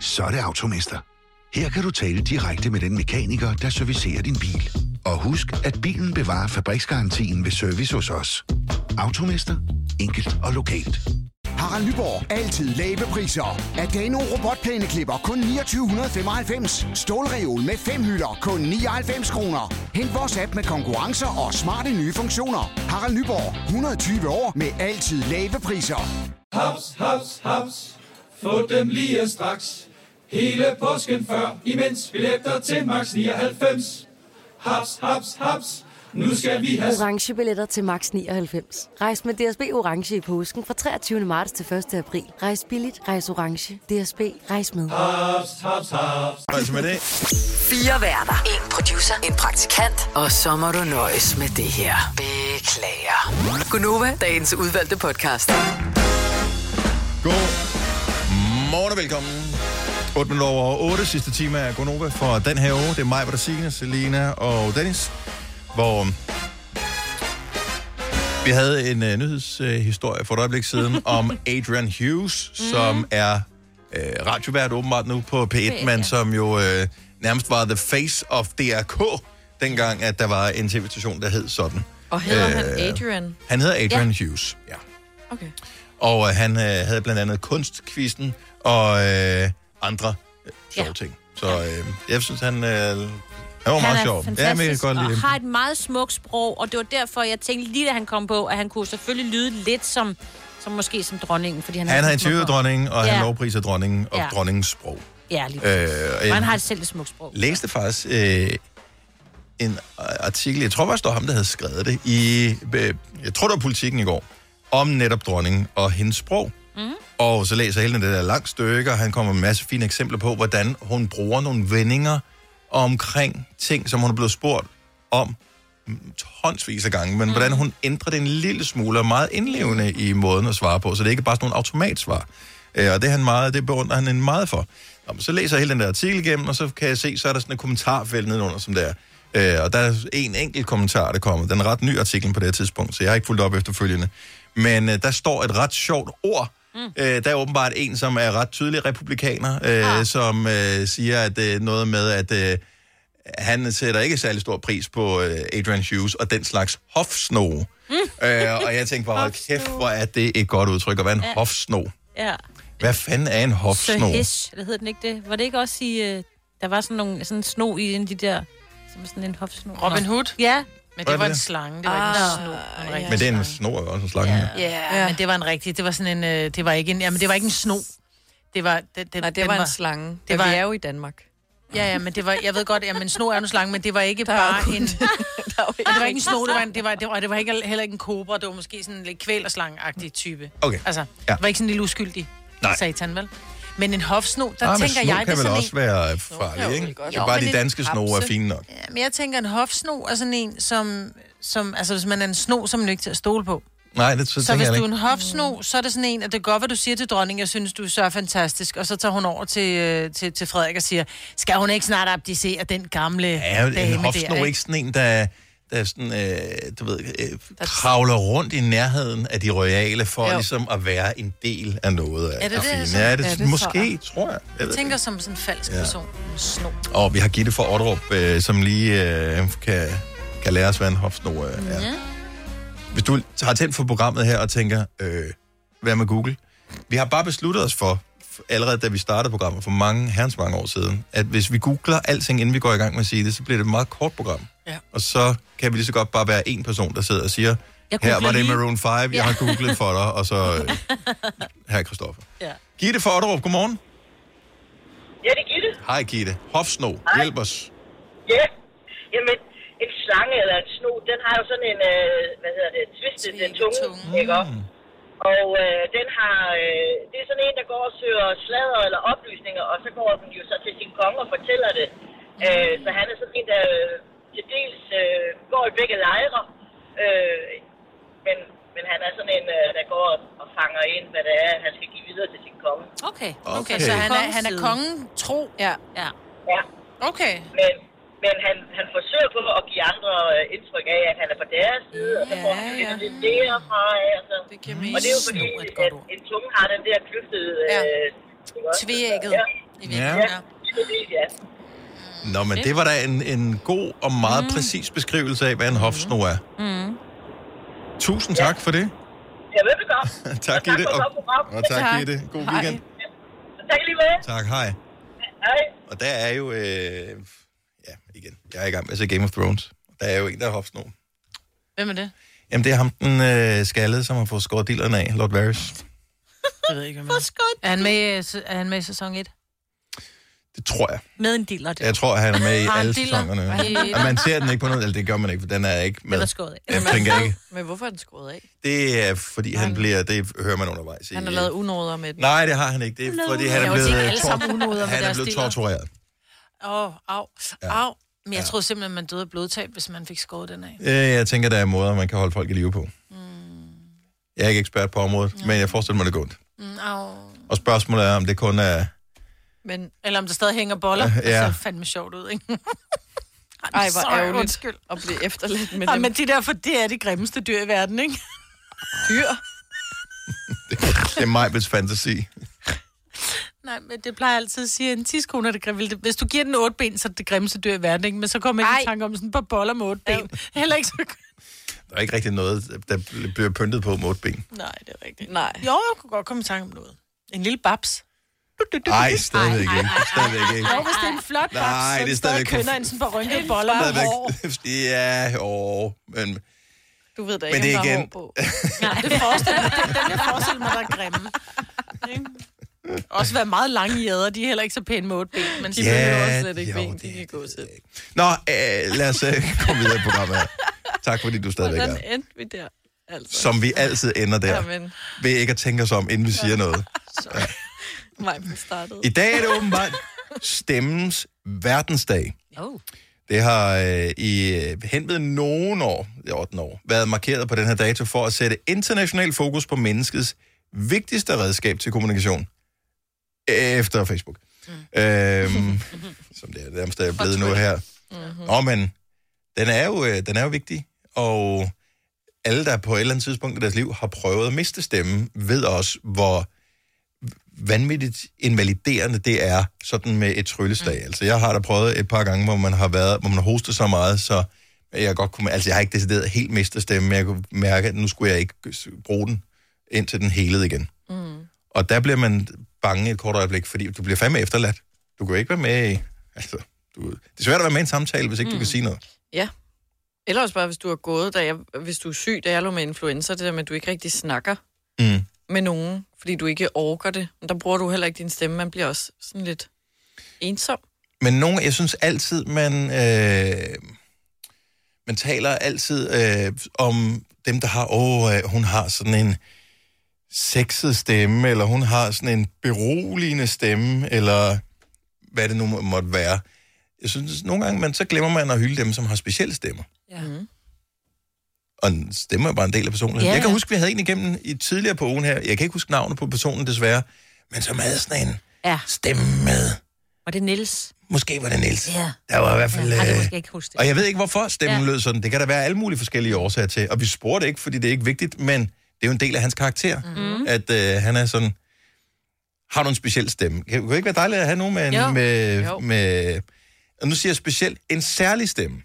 M: Så er det Automester. Her kan du tale direkte med den mekaniker, der servicerer din bil. Og husk, at bilen bevarer fabriksgarantien ved service hos os. Automester. Enkelt og lokalt.
O: Harald Nyborg. Altid lave priser. Adano robotplæneklipper kun 2995. Stålreol med fem hylder kun 99 kroner. Hent vores app med konkurrencer og smarte nye funktioner. Harald Nyborg. 120 år med altid lave priser.
R: Haps, haps, haps. Få dem lige straks. Hele påsken før, imens billetter til max 99. Haps, haps, haps. Nu skal vi have
S: Orange billetter til max 99. Rejs med DSB Orange i påsken fra 23. marts til 1. april. Rejs billigt, rejs orange. DSB, rejs med.
R: haps, haps, haps.
A: fornøjelse med det.
B: Fire værter. En producer. En praktikant. Og så må du nøjes med det her. Beklager. Gunova, dagens udvalgte podcast.
A: God morgen og velkommen. 8 minutter over 8, sidste time er Gonova for den her uge. Det er mig, Bertasine, Selina og Dennis, hvor um, vi havde en uh, nyhedshistorie for et øjeblik siden om Adrian Hughes, mm. som er uh, øh, radiovært åbenbart nu på P1,
F: P1,
A: men
F: ja.
A: som jo uh, nærmest var the face of DRK, dengang at der var en tv-station, der hed sådan.
E: Og hedder han
A: Øh,
E: Adrian?
A: Han hedder Adrian
E: Ja.
A: ja. Hughes, ja.
E: Okay.
A: Og øh, han øh, havde blandt andet kunstkvisten og øh, andre øh,
D: Ja.
A: sjove ja. ting. Så øh, jeg synes, han, øh, han var meget
D: er
A: sjov. Ja,
D: fantastisk,
A: men jeg kan godt lide
D: og
A: ham.
D: har et meget smukt sprog, og det var derfor, jeg tænkte lige da han kom på, at han kunne selvfølgelig lyde lidt som, som måske som dronningen, fordi han,
A: Han har
D: sådan et smukt
A: interviewet
D: sprog.
A: dronningen, og ja.
D: Ja.
A: han lovpriser dronningen og
D: Ja.
A: ja. dronningens sprog.
D: Ja, lige
A: Øh, og
D: øh, og
A: jeg-
D: han har et selv et smukt sprog.
A: læste faktisk øh, en øh, artikel, jeg tror faktisk, det var ham, der havde skrevet det, i, øh, jeg tror, det var politikken i går, om netop dronningen og hendes sprog.
G: Mm.
A: Mm-hmm. Og så læser jeg hele det der langt stykke, og han kommer med en masse fine eksempler på, hvordan hun bruger nogle vendinger omkring ting, som hun er blevet spurgt om mm, tonsvis af gange, men mm. hvordan hun ændrer det en lille smule og er meget indlevende i måden at svare på, så det er ikke bare sådan nogle automatsvar. Øh, og det, er han meget, det beundrer han en meget for. Nå, men så læser jeg hele den der artikel igennem, og så kan jeg se, så er der sådan et kommentarfelt nedenunder, som der. Øh, og der er en enkelt kommentar, der kommer. Den er ret ny artikel på det her tidspunkt, så jeg har ikke fulgt op efterfølgende. Men øh, der står et ret sjovt ord. Mm. Øh, der er åbenbart en, som er ret tydelig republikaner, øh, ah. som øh, siger at øh, noget med, at øh, han sætter ikke særlig stor pris på øh, Adrian Hughes og den slags hofsno. Mm. Øh, og jeg tænkte bare, hold kæft, hvor er det et godt udtryk at være en
D: Ja.
A: ja. hofsno.
D: Ja.
A: Hvad fanden er en hofsno?
D: Søhish, det hed den ikke det. Var det ikke også i... Øh, der var sådan, nogle, sådan en sno i en af de der... Som sådan en hofsno.
C: Robin Hood?
D: Ja.
C: Men
A: Hvad er
C: det var
A: det?
C: en slange, det var ikke en sno. Det var en
A: Men
C: rigtig
A: det er en snor jo også en slange.
C: Ja. Yeah. ja, men det var en rigtig, det var sådan en, øh, det var ikke en, jamen det var ikke en sno. Det var, det, det,
E: Nej, det
C: den
E: var en slange.
C: Det
E: Det
C: var-
E: var... Vi er jo i Danmark.
C: Ja, ja, men det var, jeg ved godt, jamen sno er jo en slange, men det var ikke bare en, det var ikke en sno, det var, en, det var, det var, og det var ikke, heller ikke en kobra, det var måske sådan en lidt kvælerslangeagtig type.
A: Okay.
C: Altså,
A: Ja.
C: det var ikke sådan en lille uskyldig
A: Nej.
C: satan, vel? Men en hofsno, der
A: Ah, men
C: tænker
A: sno
C: jeg, det
A: kan
C: er
A: vel
C: sådan
A: også
C: en,
A: være farlig, ikke? Det er bare de danske sno er fine nok.
C: Ja, men jeg tænker, en hofsno er sådan en, som, som altså hvis man er en sno, så er man jo ikke til at stole på.
A: Nej, det så
C: Så
A: tænker
C: hvis
A: jeg
C: du er
A: ikke.
C: en hofsno, så er det sådan en, at det er godt, hvad du siger til dronningen, jeg synes, du så fantastisk. Og så tager hun over til, øh, til, til Frederik og siger, skal hun ikke snart abdicere den gamle
A: Ja,
C: dame
A: en hofsno er ikke sådan en, der, der er sådan, øh, du ved, øh, kravler rundt i nærheden af de royale for
C: Jo.
A: jo. ligesom at være en del af noget af
C: Er det det,
A: fine.
C: så?
A: Ja,
C: Ja,
A: det,
C: det
A: det
C: tror
A: måske,
C: jeg.
A: tror jeg. jeg
C: Jeg
A: ved
C: tænker som sådan en falsk
A: Ja.
C: person. En sno.
A: ikke. Og vi har Gitte fra Otterup, øh, som lige øh, kan, kan lære os, hvad en hofsno øh, er.
C: Ja.
A: hvis du har tændt for programmet her og tænker, øh, hvad med Google? Vi har bare besluttet os for, f- allerede da vi startede programmet for mange, herrens mange år siden, at hvis vi googler alting, inden vi går i gang med at sige det, så bliver det et meget kort program.
C: Ja.
A: Og så kan vi lige så godt bare være en person, der sidder og siger,
D: Jeg
A: her
D: googler
A: var det
D: lige."
A: Maroon 5, jeg
D: Ja.
A: har googlet for dig, og så øh, her er Christoffer.
D: Ja.
A: Gitte fra Otterup, godmorgen.
H: Ja, det giver det.
A: Hej Gitte. Hofsno,
H: Hej.
A: hjælp os.
H: Ja. Jamen, en slange eller en sno, den har jo sådan en, øh, hvad hedder det, tvistet den tunge, ikke også? Og øh, den har, øh, det er sådan en, der går og søger sladder eller oplysninger, og så går den jo så til sin konge og fortæller det. Øh, så han er sådan en, der øh, til dels øh, går i begge lejre, øh, men, men han er sådan en, øh, der går og fanger ind, hvad det er, han skal give videre til sin konge.
D: Okay.
C: Okay, så han er, han er kongen tro.
H: Ja.
D: Ja.
H: ja.
C: Okay.
H: Men, men han, han forsøger på at give andre øh, indtryk af, at han er på deres side, og så får han ja, ja. lidt derfra af. Altså. Det kan og det er jo fordi, at en tunge har den der kløftede... Ja. Øh, Tvægget. Ja.
A: virkeligheden,
H: ja. ja.
A: Nå, men det var da en, en god og meget mm. præcis beskrivelse af, hvad en hofsno er.
H: Mm.
A: Tusind tak for det.
H: Ja, velbekomme.
A: tak, Gitte.
H: for et
A: Og,
H: godt program.
A: og tak,
H: Tak.
A: Gitte. God
H: Hej.
A: weekend.
H: Tak lige med.
A: Tak, hej.
H: Hej.
A: Og der er jo... Øh, ja, igen. Jeg er i gang med at se Game of Thrones. Der er jo en, der har hofsno.
C: Hvem er det?
A: Jamen, det er ham, den øh, skaldede, som har fået skåret dillerne af. Lord Varys.
C: Jeg ved ikke, hvem er. Er han med, i, øh, s- er han med i sæson 1?
A: Det tror jeg.
D: Med en diller.
A: Jeg tror, han er med i
C: Har han
A: alle
C: diller?
A: sæsonerne.
C: Ej.
A: Og man ser den ikke på noget. Eller det gør man ikke, for den er ikke med.
E: Den er skåret af.
A: Jeg tænker ikke.
E: Men hvorfor er den skåret af?
A: Det er, fordi han bliver... Det hører man undervejs. i-
E: Han har lavet unoder med den.
A: Nej, det har han ikke. Det er,
E: Nå.
A: fordi han
E: Jeg
A: er
E: vil
A: blevet,
E: tænke, alle sammen unoder med
A: tor- han er
E: deres
A: blevet
E: diller.
A: tortureret.
C: Åh, oh, au, au. Men jeg troede simpelthen, man døde af blodtab, hvis man fik skåret den af.
A: Øh, Jeg tænker, der er måder, man kan holde folk i live på. Mm. Jeg er ikke ekspert på området, men jeg forestiller mig, det er ondt.
C: Mm, au.
A: Og spørgsmålet er, om det kun er...
C: Men, eller om der stadig hænger boller.
A: Ja.
C: Ja. Det ser fandme sjovt ud, ikke?
E: Ej, hvor
C: Sorry,
E: ærgerligt
C: undskyld.
E: at blive efterladt med
C: Ej,
E: dem.
C: men de der, for det er de grimmeste dyr i verden, ikke?
E: Dyr?
A: Det er Majbets fantasi.
C: Nej, Nej, men det plejer jeg altid at sige, at en tiskone er det grimmeste. Hvis du giver den otte ben, så er det det grimmeste dyr i verden, ikke? Men så kommer jeg ikke i tanke om sådan på boller med otte ben. Heller ikke så...
A: Der er ikke rigtig noget, der bliver pyntet på med otte ben.
C: Nej, det er rigtigt. Nej. Jo, jeg kunne godt komme i tanke om noget. En lille babs.
A: Nej, stadigvæk ikke. Stadigvæk ikke.
C: Jo, hvis det er en flot babs,
A: Nej,
C: så er
A: det er
C: det
A: stadigvæk
C: stadig
A: for-
C: kønner en sådan på rynket boller med
A: Stadigvæk-
C: hår.
A: ja, åh, men...
C: Du ved da
A: Men det er
C: om der
A: igen-
C: hår på. Nej, det forestiller mig, det, dem, jeg forestiller mig, der er grimme. Ikke? Også være meget lange jæder, de er heller ikke så pæne med otte ben, men de
A: Ja,
C: behøver også slet ikke
A: jo,
C: ben, de kan gå til.
A: Nå, øh, lad os øh, komme videre i programmet her. Tak fordi du stadigvæk er.
E: Hvordan endte vi der? Altså.
A: Som vi altid ender der.
E: Jamen.
A: Ved ikke at tænke os om, inden vi siger noget.
E: Mig på startet.
A: I dag er det åbenbart stemmens verdensdag.
E: Oh.
A: Det har øh, i øh, henved nogle år, i 8 år, været markeret på den her dato for at sætte international fokus på menneskets vigtigste redskab til kommunikation. øh, Efter Facebook. Mm. Øhm, som det er nærmest er blevet nu her. Mm-hmm. Nå, men den er, jo, øh, den er jo vigtig, og alle, der på et eller andet tidspunkt i deres liv har prøvet at miste stemmen, ved også, hvor vanvittigt invaliderende det er, sådan med et trylleslag. Mm. Altså, jeg har da prøvet et par gange, hvor man har været, hvor man har hostet så meget, så jeg godt kunne, altså jeg har ikke decideret helt mistet stemmen, men jeg kunne mærke, at nu skulle jeg ikke bruge den, indtil den helede igen. Mm. Og der bliver man bange et kort øjeblik, fordi du bliver fandme efterladt. Du kan jo ikke være med i, altså, du, det er svært at være med i en samtale, hvis ikke mm. du
E: Mm.
A: kan sige noget.
E: Ja. Eller også bare, hvis du har gået, da jeg, hvis du er syg, da jeg lå med influenza, det der med, at du ikke rigtig snakker
A: Mm.
E: med nogen, fordi du ikke orker det. Men der bruger du heller ikke din stemme, man bliver også sådan lidt ensom.
A: Men nogen, jeg synes altid, man, øh, man taler altid øh, om dem, der har, åh, øh, hun har sådan en sexet stemme, eller hun har sådan en beroligende stemme, eller hvad det nu må- måtte være. Jeg synes, nogle gange, man, så glemmer man at hylde dem, som har specielle stemmer.
C: Ja. Mm.
A: Og en stemme er bare en del af personligheden.
C: Ja,
A: Ja. Jeg kan
C: ja.
A: huske, vi havde en igennem i tidligere på ugen her. Jeg kan ikke huske navnet på personen, desværre. Men som havde sådan en
D: Ja.
A: stemme med.
D: Var det Niels?
A: Måske var det Niels.
D: Ja.
A: Der var i hvert fald...
D: Ja, det
A: øh,
D: måske ikke huske det.
A: Og jeg ved ikke, hvorfor stemmen
D: Ja.
A: ja. lød sådan. Det kan der være alle mulige forskellige årsager til. Og vi spurgte ikke, fordi det er ikke vigtigt, men det er jo en del af hans karakter,
M: Mm-hmm.
D: Mhm.
A: mm. at øh, han er sådan... Har du en speciel stemme? Kan, kunne det ikke være dejligt at have nogen med... en-
D: Jo.
A: med,
D: Jo.
A: med og nu siger jeg specielt en særlig stemme.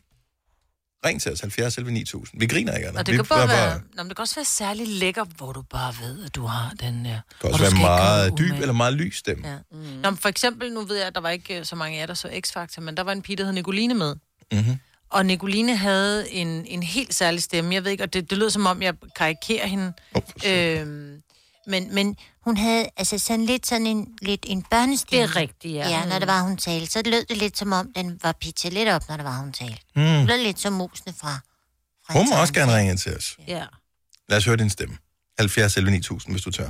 A: Ring til os, 70 11 9000. Vi griner ikke, Anna.
C: Og det
A: Vi
C: kan, både
A: er
C: være, nå, men det kan også være særlig lækker, hvor du bare ved, at du har den der.
A: Det kan også være meget dyb eller meget lys stemme.
C: Ja. Mm. Nå, men for eksempel, nu ved jeg, at der var ikke øh, så mange af jer, der så X-Factor, men der var en pige, der hed Nicoline med.
A: Mm-hmm.
C: Og Nicoline havde en, en helt særlig stemme. Jeg ved ikke, og det, det lød som om, jeg karikerer hende. Oh, øhm, men, men hun havde altså sådan lidt sådan en, lidt en børnestemme.
G: Det er rigtigt, ja.
C: Ja, når det var, hun talte, så lød det lidt som om, den var pitchet lidt op, når det var, hun talte. Mm. Hun lød lidt som musene fra.
A: Hmm. Hun må også gerne ringe ind til os.
D: Ja.
A: Lad os høre din stemme. 70 11 9000, hvis du tør.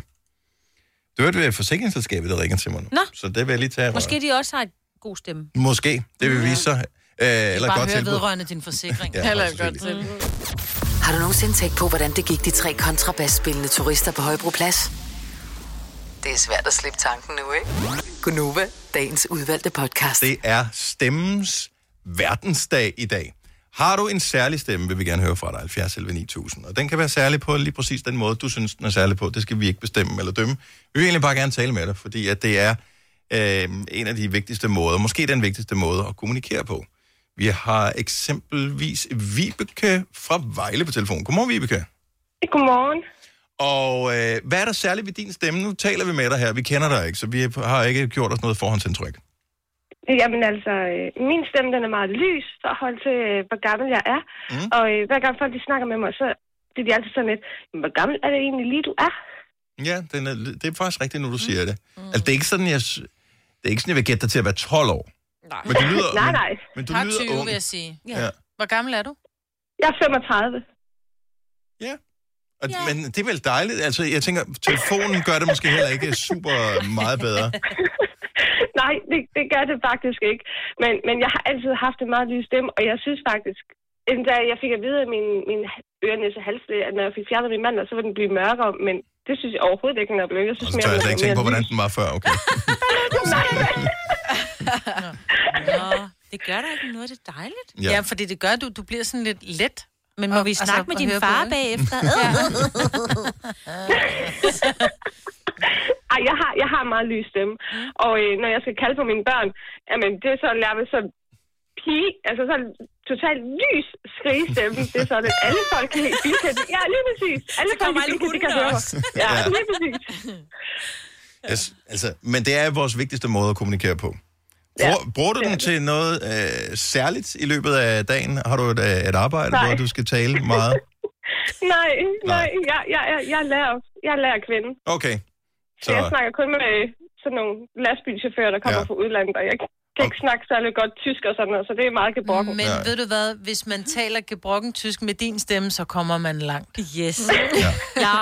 A: Det var det forsikringsselskabet, der ringer til mig nu.
D: Nå.
A: Så det vil jeg lige tage.
D: Måske de også har en god stemme.
A: Måske. Det vil vise sig. Øh, eller et
D: bare
A: godt
D: høre
A: tilbud.
D: vedrørende
C: din forsikring.
A: Ja, Heller godt
C: Mm.
B: Har du nogensinde tænkt på, hvordan det gik de tre kontrabasspillende turister på Højbroplads? Det er svært at slippe tanken nu, ikke? Gunova, dagens udvalgte podcast.
A: Det er stemmens verdensdag i dag. Har du en særlig stemme, vil vi gerne høre fra dig, 70 11 9000. Og den kan være særlig på lige præcis den måde, du synes, den er særlig på. Det skal vi ikke bestemme eller dømme. Vi vil egentlig bare gerne tale med dig, fordi at det er øh, en af de vigtigste måder, måske den vigtigste måde at kommunikere på. Vi har eksempelvis Vibeke fra Vejle på telefon. Godmorgen, Vibeke.
I: Godmorgen.
A: Og øh, hvad er der særligt ved din stemme? Nu taler vi med dig her. Vi kender dig ikke, så vi har ikke gjort os noget forhåndsindtryk.
I: Jamen altså, øh, min stemme den er meget lys, så hold til, øh, hvor gammel jeg er. Mm. Og øh, hver gang folk de snakker med mig, så bliver de altid sådan lidt, "Men hvor gammel er det egentlig lige, du er?
A: Ja, den er, det er faktisk rigtigt, når du siger det.
I: Mm.
A: Altså, det er ikke sådan, jeg, s- det er ikke sådan, jeg vil gætte dig til at være 12 år.
I: Nej,
A: Men du lyder-
I: nej,
A: men-
I: nej.
A: men du
C: Par
A: lyder
C: 20,
A: ung.
C: vil jeg sige.
A: Ja. Ja.
C: Hvor gammel er du?
I: Jeg er 35.
A: Og, Men det er vel dejligt. Altså, jeg tænker, telefonen gør det måske heller ikke super meget bedre.
I: nej, det, det gør det faktisk ikke. Men, men jeg har altid haft en meget lys stemme, og jeg synes faktisk, da jeg fik at vide af min, min ørenæse halslæge, at når jeg fik fjernet min mandler, så ville den blive mørkere, men det synes jeg overhovedet ikke, den er blevet. Jeg synes,
A: Så tør jeg slet ikke tænke på, hvordan den var før. Okay.
D: Nå, det gør der ikke noget, det er dejligt.
A: Ja. Ja,
C: fordi det gør, du, du bliver sådan lidt let.
D: Men må og, vi
C: altså,
D: snakke altså,
C: at
D: med din
C: høre
D: far
C: på, ikke?
D: bagefter?
I: Ej, jeg har, jeg har en meget lys stemme. Og øh, når jeg skal kalde på mine børn, jamen, det er så nærmest så pige, altså så totalt lys skrigestemme. Det er sådan, at alle folk kan helt bilkæde. Ja, lige præcis. Alle folk i bilkæde, de kan høre. mig. Ja,
A: Ja.
I: lige præcis.
A: Yes, altså, men det er vores vigtigste måde at kommunikere på. Bruger, ja, bruger du den til noget øh, særligt i løbet af dagen? Har du et, øh, et arbejde,
I: Nej.
A: hvor du skal tale meget?
I: Nej, nej, jeg, jeg, jeg, jeg lærer, jeg lærer kvinden.
A: Okay.
I: Så jeg snakker kun med øh, sådan nogle lastbilchauffører, der kommer ja. fra udlandet, og jeg kan ikke snakke særlig godt tysk og sådan noget, så det er meget gebrokken.
C: Men ved du hvad, hvis man taler gebrokken tysk med din stemme, så kommer man langt.
D: Yes.
A: Ja.
D: ja.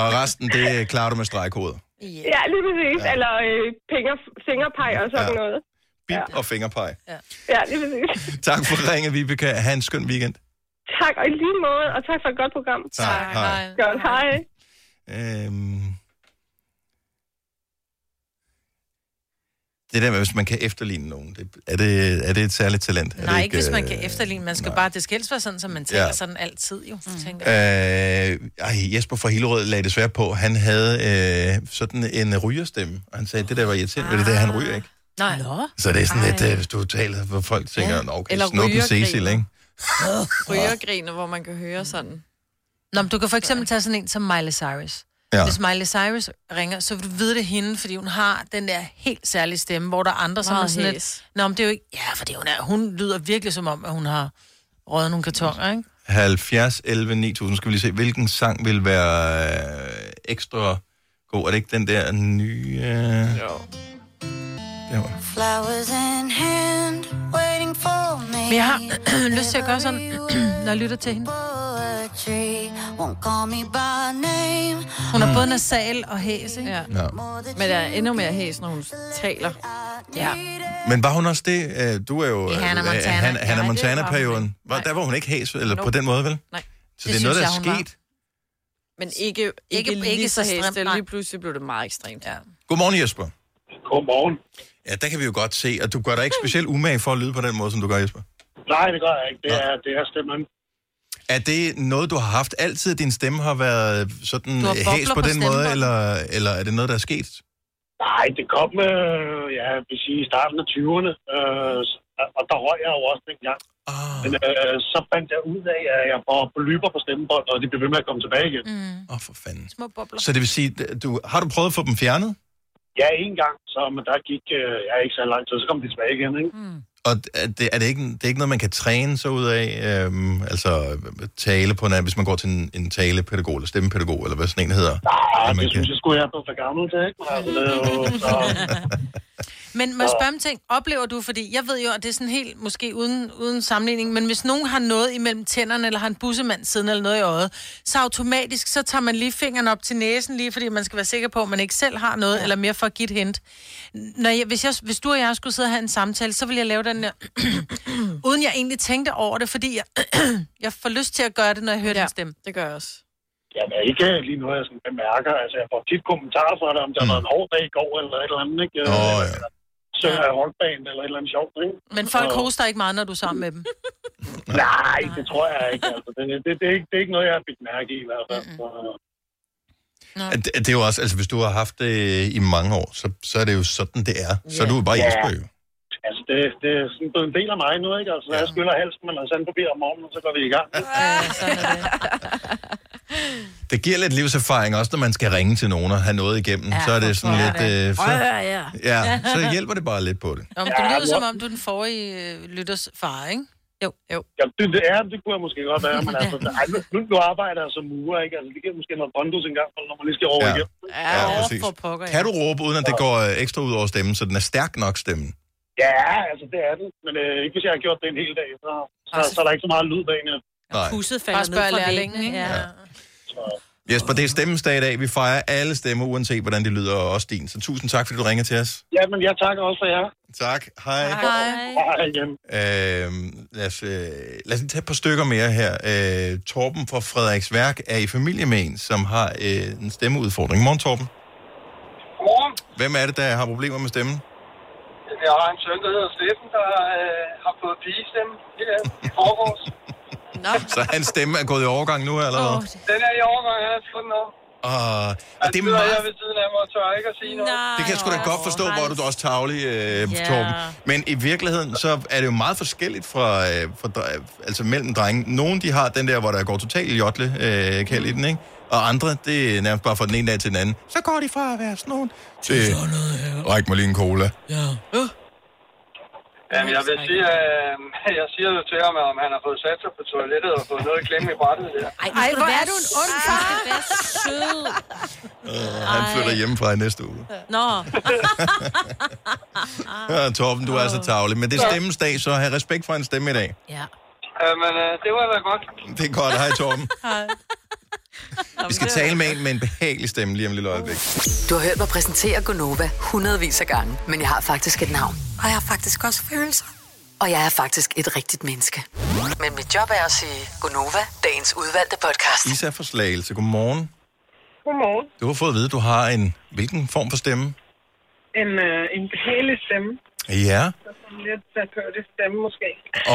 A: Og resten, det klarer du med stregkoder.
I: Yeah. Ja, lige præcis. Ja. Eller øh, pinger, fingerpeg og sådan ja. noget.
A: Bip ja. og fingerpeg. Ja.
I: Ja, lige præcis.
A: Tak for ringen, Vibeke. Ha' en skøn weekend.
I: tak, og i lige måde, og tak for et godt program.
A: Tak, Tak, hej. hej.
I: Godt, hej.
A: Øhm... Det der med, hvis man kan efterligne nogen, det, er, det, er det et særligt talent? er
C: Nej,
A: det
C: ikke hvis man kan
A: øh,
C: efterligne. Man skal bare, det skal helst være sådan, som man taler
A: Ja.
C: sådan altid, jo. Tænker. jeg.
A: Øh, ej, Jesper fra Hillerød lagde desværre på. Han havde øh, sådan en rygerstemme, og han sagde, det der var irriterende, ah. det der, han ryger ikke.
C: Nej.
A: Så det er sådan lidt, øh, hvis du taler, hvor folk tænker, ja. okay,
E: Eller
A: snuppen
E: rygergrin.
A: Cecil, ikke?
E: Rygergriner, hvor man kan høre sådan.
C: Nå, men du kan for eksempel tage sådan en som Miley Cyrus.
E: Ja.
C: Ja. Hvis Miley Cyrus ringer, så vil du vide det er hende, fordi hun har den der helt særlige stemme, hvor der er andre, som
E: Meget
C: er sådan
E: hæs.
C: lidt... Nå, men det er jo ikke... Ja, fordi hun, er, hun lyder virkelig som om, at hun har røget nogle kartonger, ikke?
A: 70, 11, 9000. Skal vi lige se, hvilken sang vil være øh, ekstra god? Er det ikke den der nye... Øh... Jo. Der var.
G: Flowers in hand, waiting for me.
C: Men jeg har lyst til at gøre sådan, når jeg lytter til hende.
G: Won't call me by name.
C: Hun er både nasal og hæs, ikke? Ja.
A: Ja.
E: Men der er endnu mere hæs, når hun taler.
C: Ja.
A: Men var hun også det? Øh, Du er jo...
E: Det er Hannah
A: øh,
E: Montana.
A: Han,
E: Nej,
A: Hannah
E: det
A: Montana-perioden. Var, der var hun ikke hæs, eller
E: Nope.
A: på den måde, vel?
E: Nej.
A: Så det, det er noget, der
E: synes
A: er
E: jeg, hun
A: sket.
E: var. Men ikke, ikke,
C: Ikke-
E: ikke,
C: ikke
E: lige så
C: så
E: hæs.
C: stramt,
E: Det er
C: nej.
E: Lige pludselig blev det meget ekstremt. Ja.
A: Godmorgen, Jesper.
P: Godmorgen.
A: Ja, der kan vi jo godt se, at du gør dig ikke specielt umage for at lyde på den måde, som du gør, Jesper.
P: Nej, det gør jeg ikke. Det er, det er stemmen.
A: Er det noget, du har haft altid, at din stemme har været sådan
P: Du har
A: øh,
P: bobler
A: hæs på,
P: på
A: den måde,
P: stemmebåndet.
A: eller, eller er det noget, der er sket?
P: Nej, det kom, øh, ja, jeg vil sige, i starten af 20'erne, øh, og der røg jeg jo også dengang.
A: Ah.
P: Men øh, så fandt jeg ud af, at jeg får polyper på stemmebånd, og de blev ved med at komme tilbage igen.
C: Mm.
A: Åh, oh, for fanden.
C: Små bobler.
A: Så det vil sige, at du, har du prøvet at få dem fjernet?
P: Ja, en gang, så men der gik øh, jeg ikke så lang tid, så kom de tilbage igen, ikke? Mm.
A: Og er det, er det, ikke, det er ikke noget, man kan træne sig ud af, øhm, altså tale på en, hvis man går til en, en talepædagog eller stemmepædagog, eller hvad sådan en hedder?
P: Nej,
A: man
P: det
A: kan-
P: synes jeg skulle jeg er blevet for gammel til, ikke? Men altså, det er jo, så,
C: Men må jeg spørge om ting? Oplever du, fordi jeg ved jo, at det er sådan helt, måske uden, uden sammenligning, men hvis nogen har noget imellem tænderne, eller har en bussemand siden eller noget i øjet, så automatisk, så tager man lige fingeren op til næsen, lige fordi man skal være sikker på, at man ikke selv har noget, ja. eller mere for at give et hint. Når jeg, hvis, jeg, hvis du og jeg skulle sidde og have en samtale, så ville jeg lave den der, uden jeg egentlig tænkte over det, fordi jeg, jeg får lyst til at gøre det, når jeg hører ja, din stemme.
E: det gør jeg også.
P: jamen, ikke øh, lige noget, jeg sådan bemærker. Altså, jeg får tit kommentarer fra dig, om der har været en hård dag i går, eller et eller andet, ikke? Mm. Nå, ja. Søger jeg rockband, eller et eller andet sjovt, ikke?
C: Men folk
P: Og-
C: hoster ikke meget, når du er sammen med dem.
P: Nej, det tror jeg ikke. Altså, det, det, det, er ikke, det er ikke noget, jeg har bidt mærke i, i hvert fald. Så- øh,
A: At, at det er jo også, altså hvis du har haft det i mange år, så, så er det jo sådan, det er. Så er du jo bare
P: Ja.
A: Jesper jo.
P: Altså, det, det er sådan blevet en del af mig nu, ikke? Altså, når jeg skyller halsen med noget sandpapir om morgenen, så går vi i gang.
A: Det giver lidt livserfaring også, når man skal ringe til nogen og have noget igennem. Ja, så er det sådan lidt... Øh, så,
C: ja.
A: ja, så hjælper det bare lidt på det.
C: Om, du lyder som om, du er den forrige øh, lytters far, ikke? Jo. jo.
P: Ja, det, det, er, det kunne jeg måske godt være, men altså, ej, nu, nu, nu arbejder jeg som murer, ikke? Altså, det giver måske noget bondus engang, når man lige skal over
A: Ja.
P: ja. igen.
A: Ja, præcis. Kan du råbe, uden at det går øh, ekstra ud over stemmen, så den er stærk nok stemmen?
P: Ja, altså, det er den. Men øh, ikke hvis jeg har gjort det en hel dag, så, så, så er der ikke så meget lyd bagene.
A: Nej.
D: Pusset
C: Bare
D: falder ned
C: spørg
D: fra
C: lærlingen,
D: væggen.
C: ikke?
D: Ja.
C: Ja.
A: Jesper, det er stemmens dag i dag. Vi fejrer alle stemmer, uanset hvordan det lyder, og også din. Så tusind tak, fordi du ringer til os.
P: Ja, men jeg takker også for jer.
A: Tak. Hej.
P: Hej. Hej igen.
A: Øhm, lad, os, øh, lad os lige tage et par stykker mere her. Øh, Torben fra Frederiks Værk er i familie med en, som har øh, en stemmeudfordring. Morgen, Torben.
J: Godmorgen.
A: Hvem er det, der har problemer med stemmen?
J: Jeg har en søn, der hedder Steffen, der øh, har fået pigestemme her i forgårs.
A: Så hans stemme er gået i overgang nu, eller hvad?
J: Den er i overgang, jeg har fået den om.
A: Og, og det er
G: sidder jeg
A: meget...
G: ved siden af mig og tør ikke at sige noget.
A: Det kan jeg sgu da godt forstå, hvor er du også tavlig, øh,
G: Ja.
A: Torben. Men i virkeligheden, så er det jo meget forskelligt fra, øh, fra dre- altså mellem drenge. Nogle, de har den der, hvor der går totalt jotle øh, kald i den, ikke? Og andre, det er nærmest bare fra den ene dag til den anden. Så går de fra at være sådan nogen til... Ræk mig lige en cola.
G: Ja. Jamen, jeg vil sige, øh, jeg siger jo til ham, at om han har fået sat sig på toilettet og fået noget klemme i brættet der.
D: Ej, hvor er du en ond far. Du skal være sød.
A: Øh, han flytter hjemmefra i næste uge.
D: Nå.
A: Ja, Torben, du er så tavlig. Men det er stemmens dag, så have respekt for en stemme i dag.
D: Ja.
G: Jamen, øh, det var da godt.
A: Det er godt. Hej, Torben. Vi skal tale med en med en behagelig stemme lige om et lille øjeblik.
B: Du har hørt mig præsentere Gonova hundredvis af gange, men jeg har faktisk et navn.
E: Og jeg har faktisk også følelser.
B: Og jeg er faktisk et rigtigt menneske. Men mit job er at sige Gonova, dagens udvalgte podcast.
A: Isa fra Slagelse, godmorgen.
N: Godmorgen.
A: Du har fået at vide, at du har en hvilken form for stemme?
N: En, øh, en behagelig stemme.
A: Ja.
N: Så sådan lidt terapeutisk stemme måske.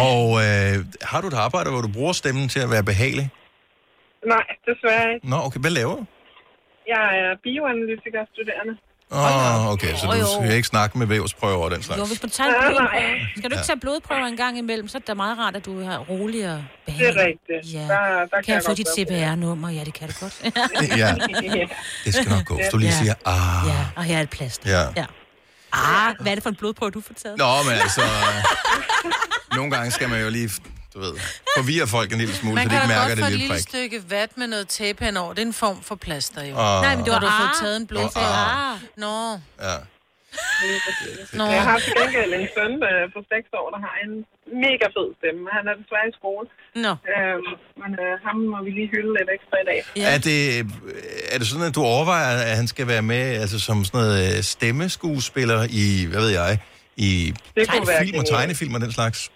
A: Og øh, har du et arbejde, hvor du bruger stemmen til at være behagelig?
N: Nej, desværre ikke.
A: Nå, okay, hvad laver du?
N: Jeg er bioanalytiker studerende.
A: Åh, oh, okay, så
D: Åh,
A: du
D: jo.
A: skal ikke snakke med vævsprøver og den slags.
D: Jo, hvis man tager en
N: Nej, nej.
D: blodprøve, skal du ikke
A: Ja.
D: tage blodprøver en gang imellem, så er det da meget rart, at du er rolig og
N: Det er rigtigt.
D: Ja.
N: Der, der
D: kan, kan jeg få
N: godt
D: dit
N: være på det.
D: CPR-nummer? Ja, det kan du godt.
A: Ja. Det skal nok gå, hvis du lige
D: Ja.
A: siger, ah.
D: Ja, og her er et plaster.
A: Ja.
D: ja. Ah, hvad er det for en blodprøve, du får taget?
A: Nå, men altså, øh, nogle gange skal man jo lige, du ved, forvirre folk en lille smule,
C: Man
A: så de
C: kan
A: ikke
C: da
A: mærker
C: godt få
A: det
C: et
A: lille
C: lille
A: prik.
C: stykke vat med noget tape henover. Det er en form for plaster, jo.
A: Ah.
C: Nej, men du har du
N: Ah.
C: fået taget en blodprøve.
A: Ah.
C: Ah. Nå.
A: Ja.
N: Nå. Jeg har til gengæld en søn øh, på 6 år, der har en mega fed stemme. Han er desværre i skole.
D: Nå.
N: Øhm, men øh, ham må vi lige hylde lidt ekstra i dag.
A: Er, det, øh, er det sådan, at du overvejer, at han skal være med altså, som sådan noget øh, stemmeskuespiller i, hvad ved jeg, i
N: Det kunne være
A: film og
N: genialt.
A: tegnefilm og den slags?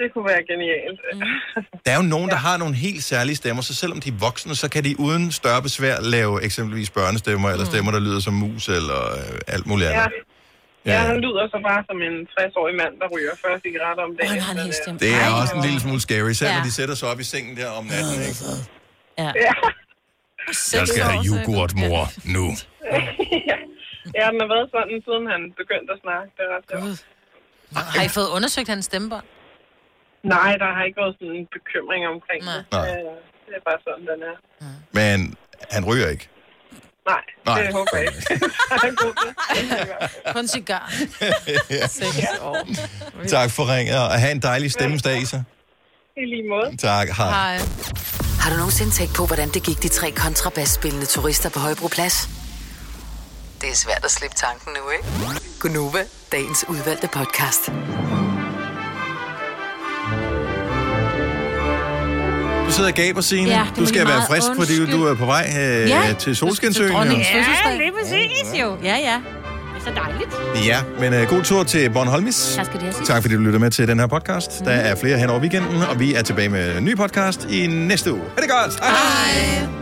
N: Det kunne være genialt. Mm.
A: Der er jo nogen, der har nogle helt særlige stemmer, så selvom de er voksne, så kan de uden større besvær lave eksempelvis børnestemmer,
D: Mm.
A: eller stemmer, der lyder som mus, eller øh, alt muligt andet.
N: Ja. Ja,
A: Ja.
N: han lyder så bare som en 60-årig mand, der ryger 40 cigaretter om dagen. Men, øh,
A: Det er også en lille smule scary, selv
N: Ja.
A: når de sætter sig op i sengen der om natten, ikke?
D: Ja.
A: Jeg skal have yoghurt, mor, nu.
N: ja, den har været sådan, siden han begyndte at snakke. Det er ret sjovt.
C: Har I fået undersøgt hans stemmebånd?
N: Nej, der har ikke været sådan en bekymring omkring det.
A: Nej.
N: Øh, Det er bare sådan, den er.
A: Men han ryger ikke.
N: Nej,
A: Nej.
N: det håber jeg ikke.
C: På en cigar.
A: Ja.
C: Seks år.
A: Tak for ringet, og have en dejlig stemmesdag, Isa.
N: I lige måde.
A: Tak, hej.
B: Har du nogensinde tænkt på, hvordan det gik de tre kontrabasspillende turister på Højbroplads? Det er svært at slippe tanken nu, ikke? Gunova, dagens udvalgte podcast.
A: Du sidder og gaber, Signe.
D: Ja, det må
A: du skal
D: lige
A: være
D: meget
A: frisk, fordi
D: undskylde.
A: du er på vej øh, ja. til Solskinsøen. jo.
D: Ja, lige præcis jo. Ja, ja. Det er så dejligt.
A: Ja, men øh, god tur til Bornholmis.
D: Tak skal du have, Signe.
A: Tak fordi du lytter med til den her podcast. Der er flere hen over weekenden, og vi er tilbage med en ny podcast i næste uge. Ha' det godt. Hej. Hej.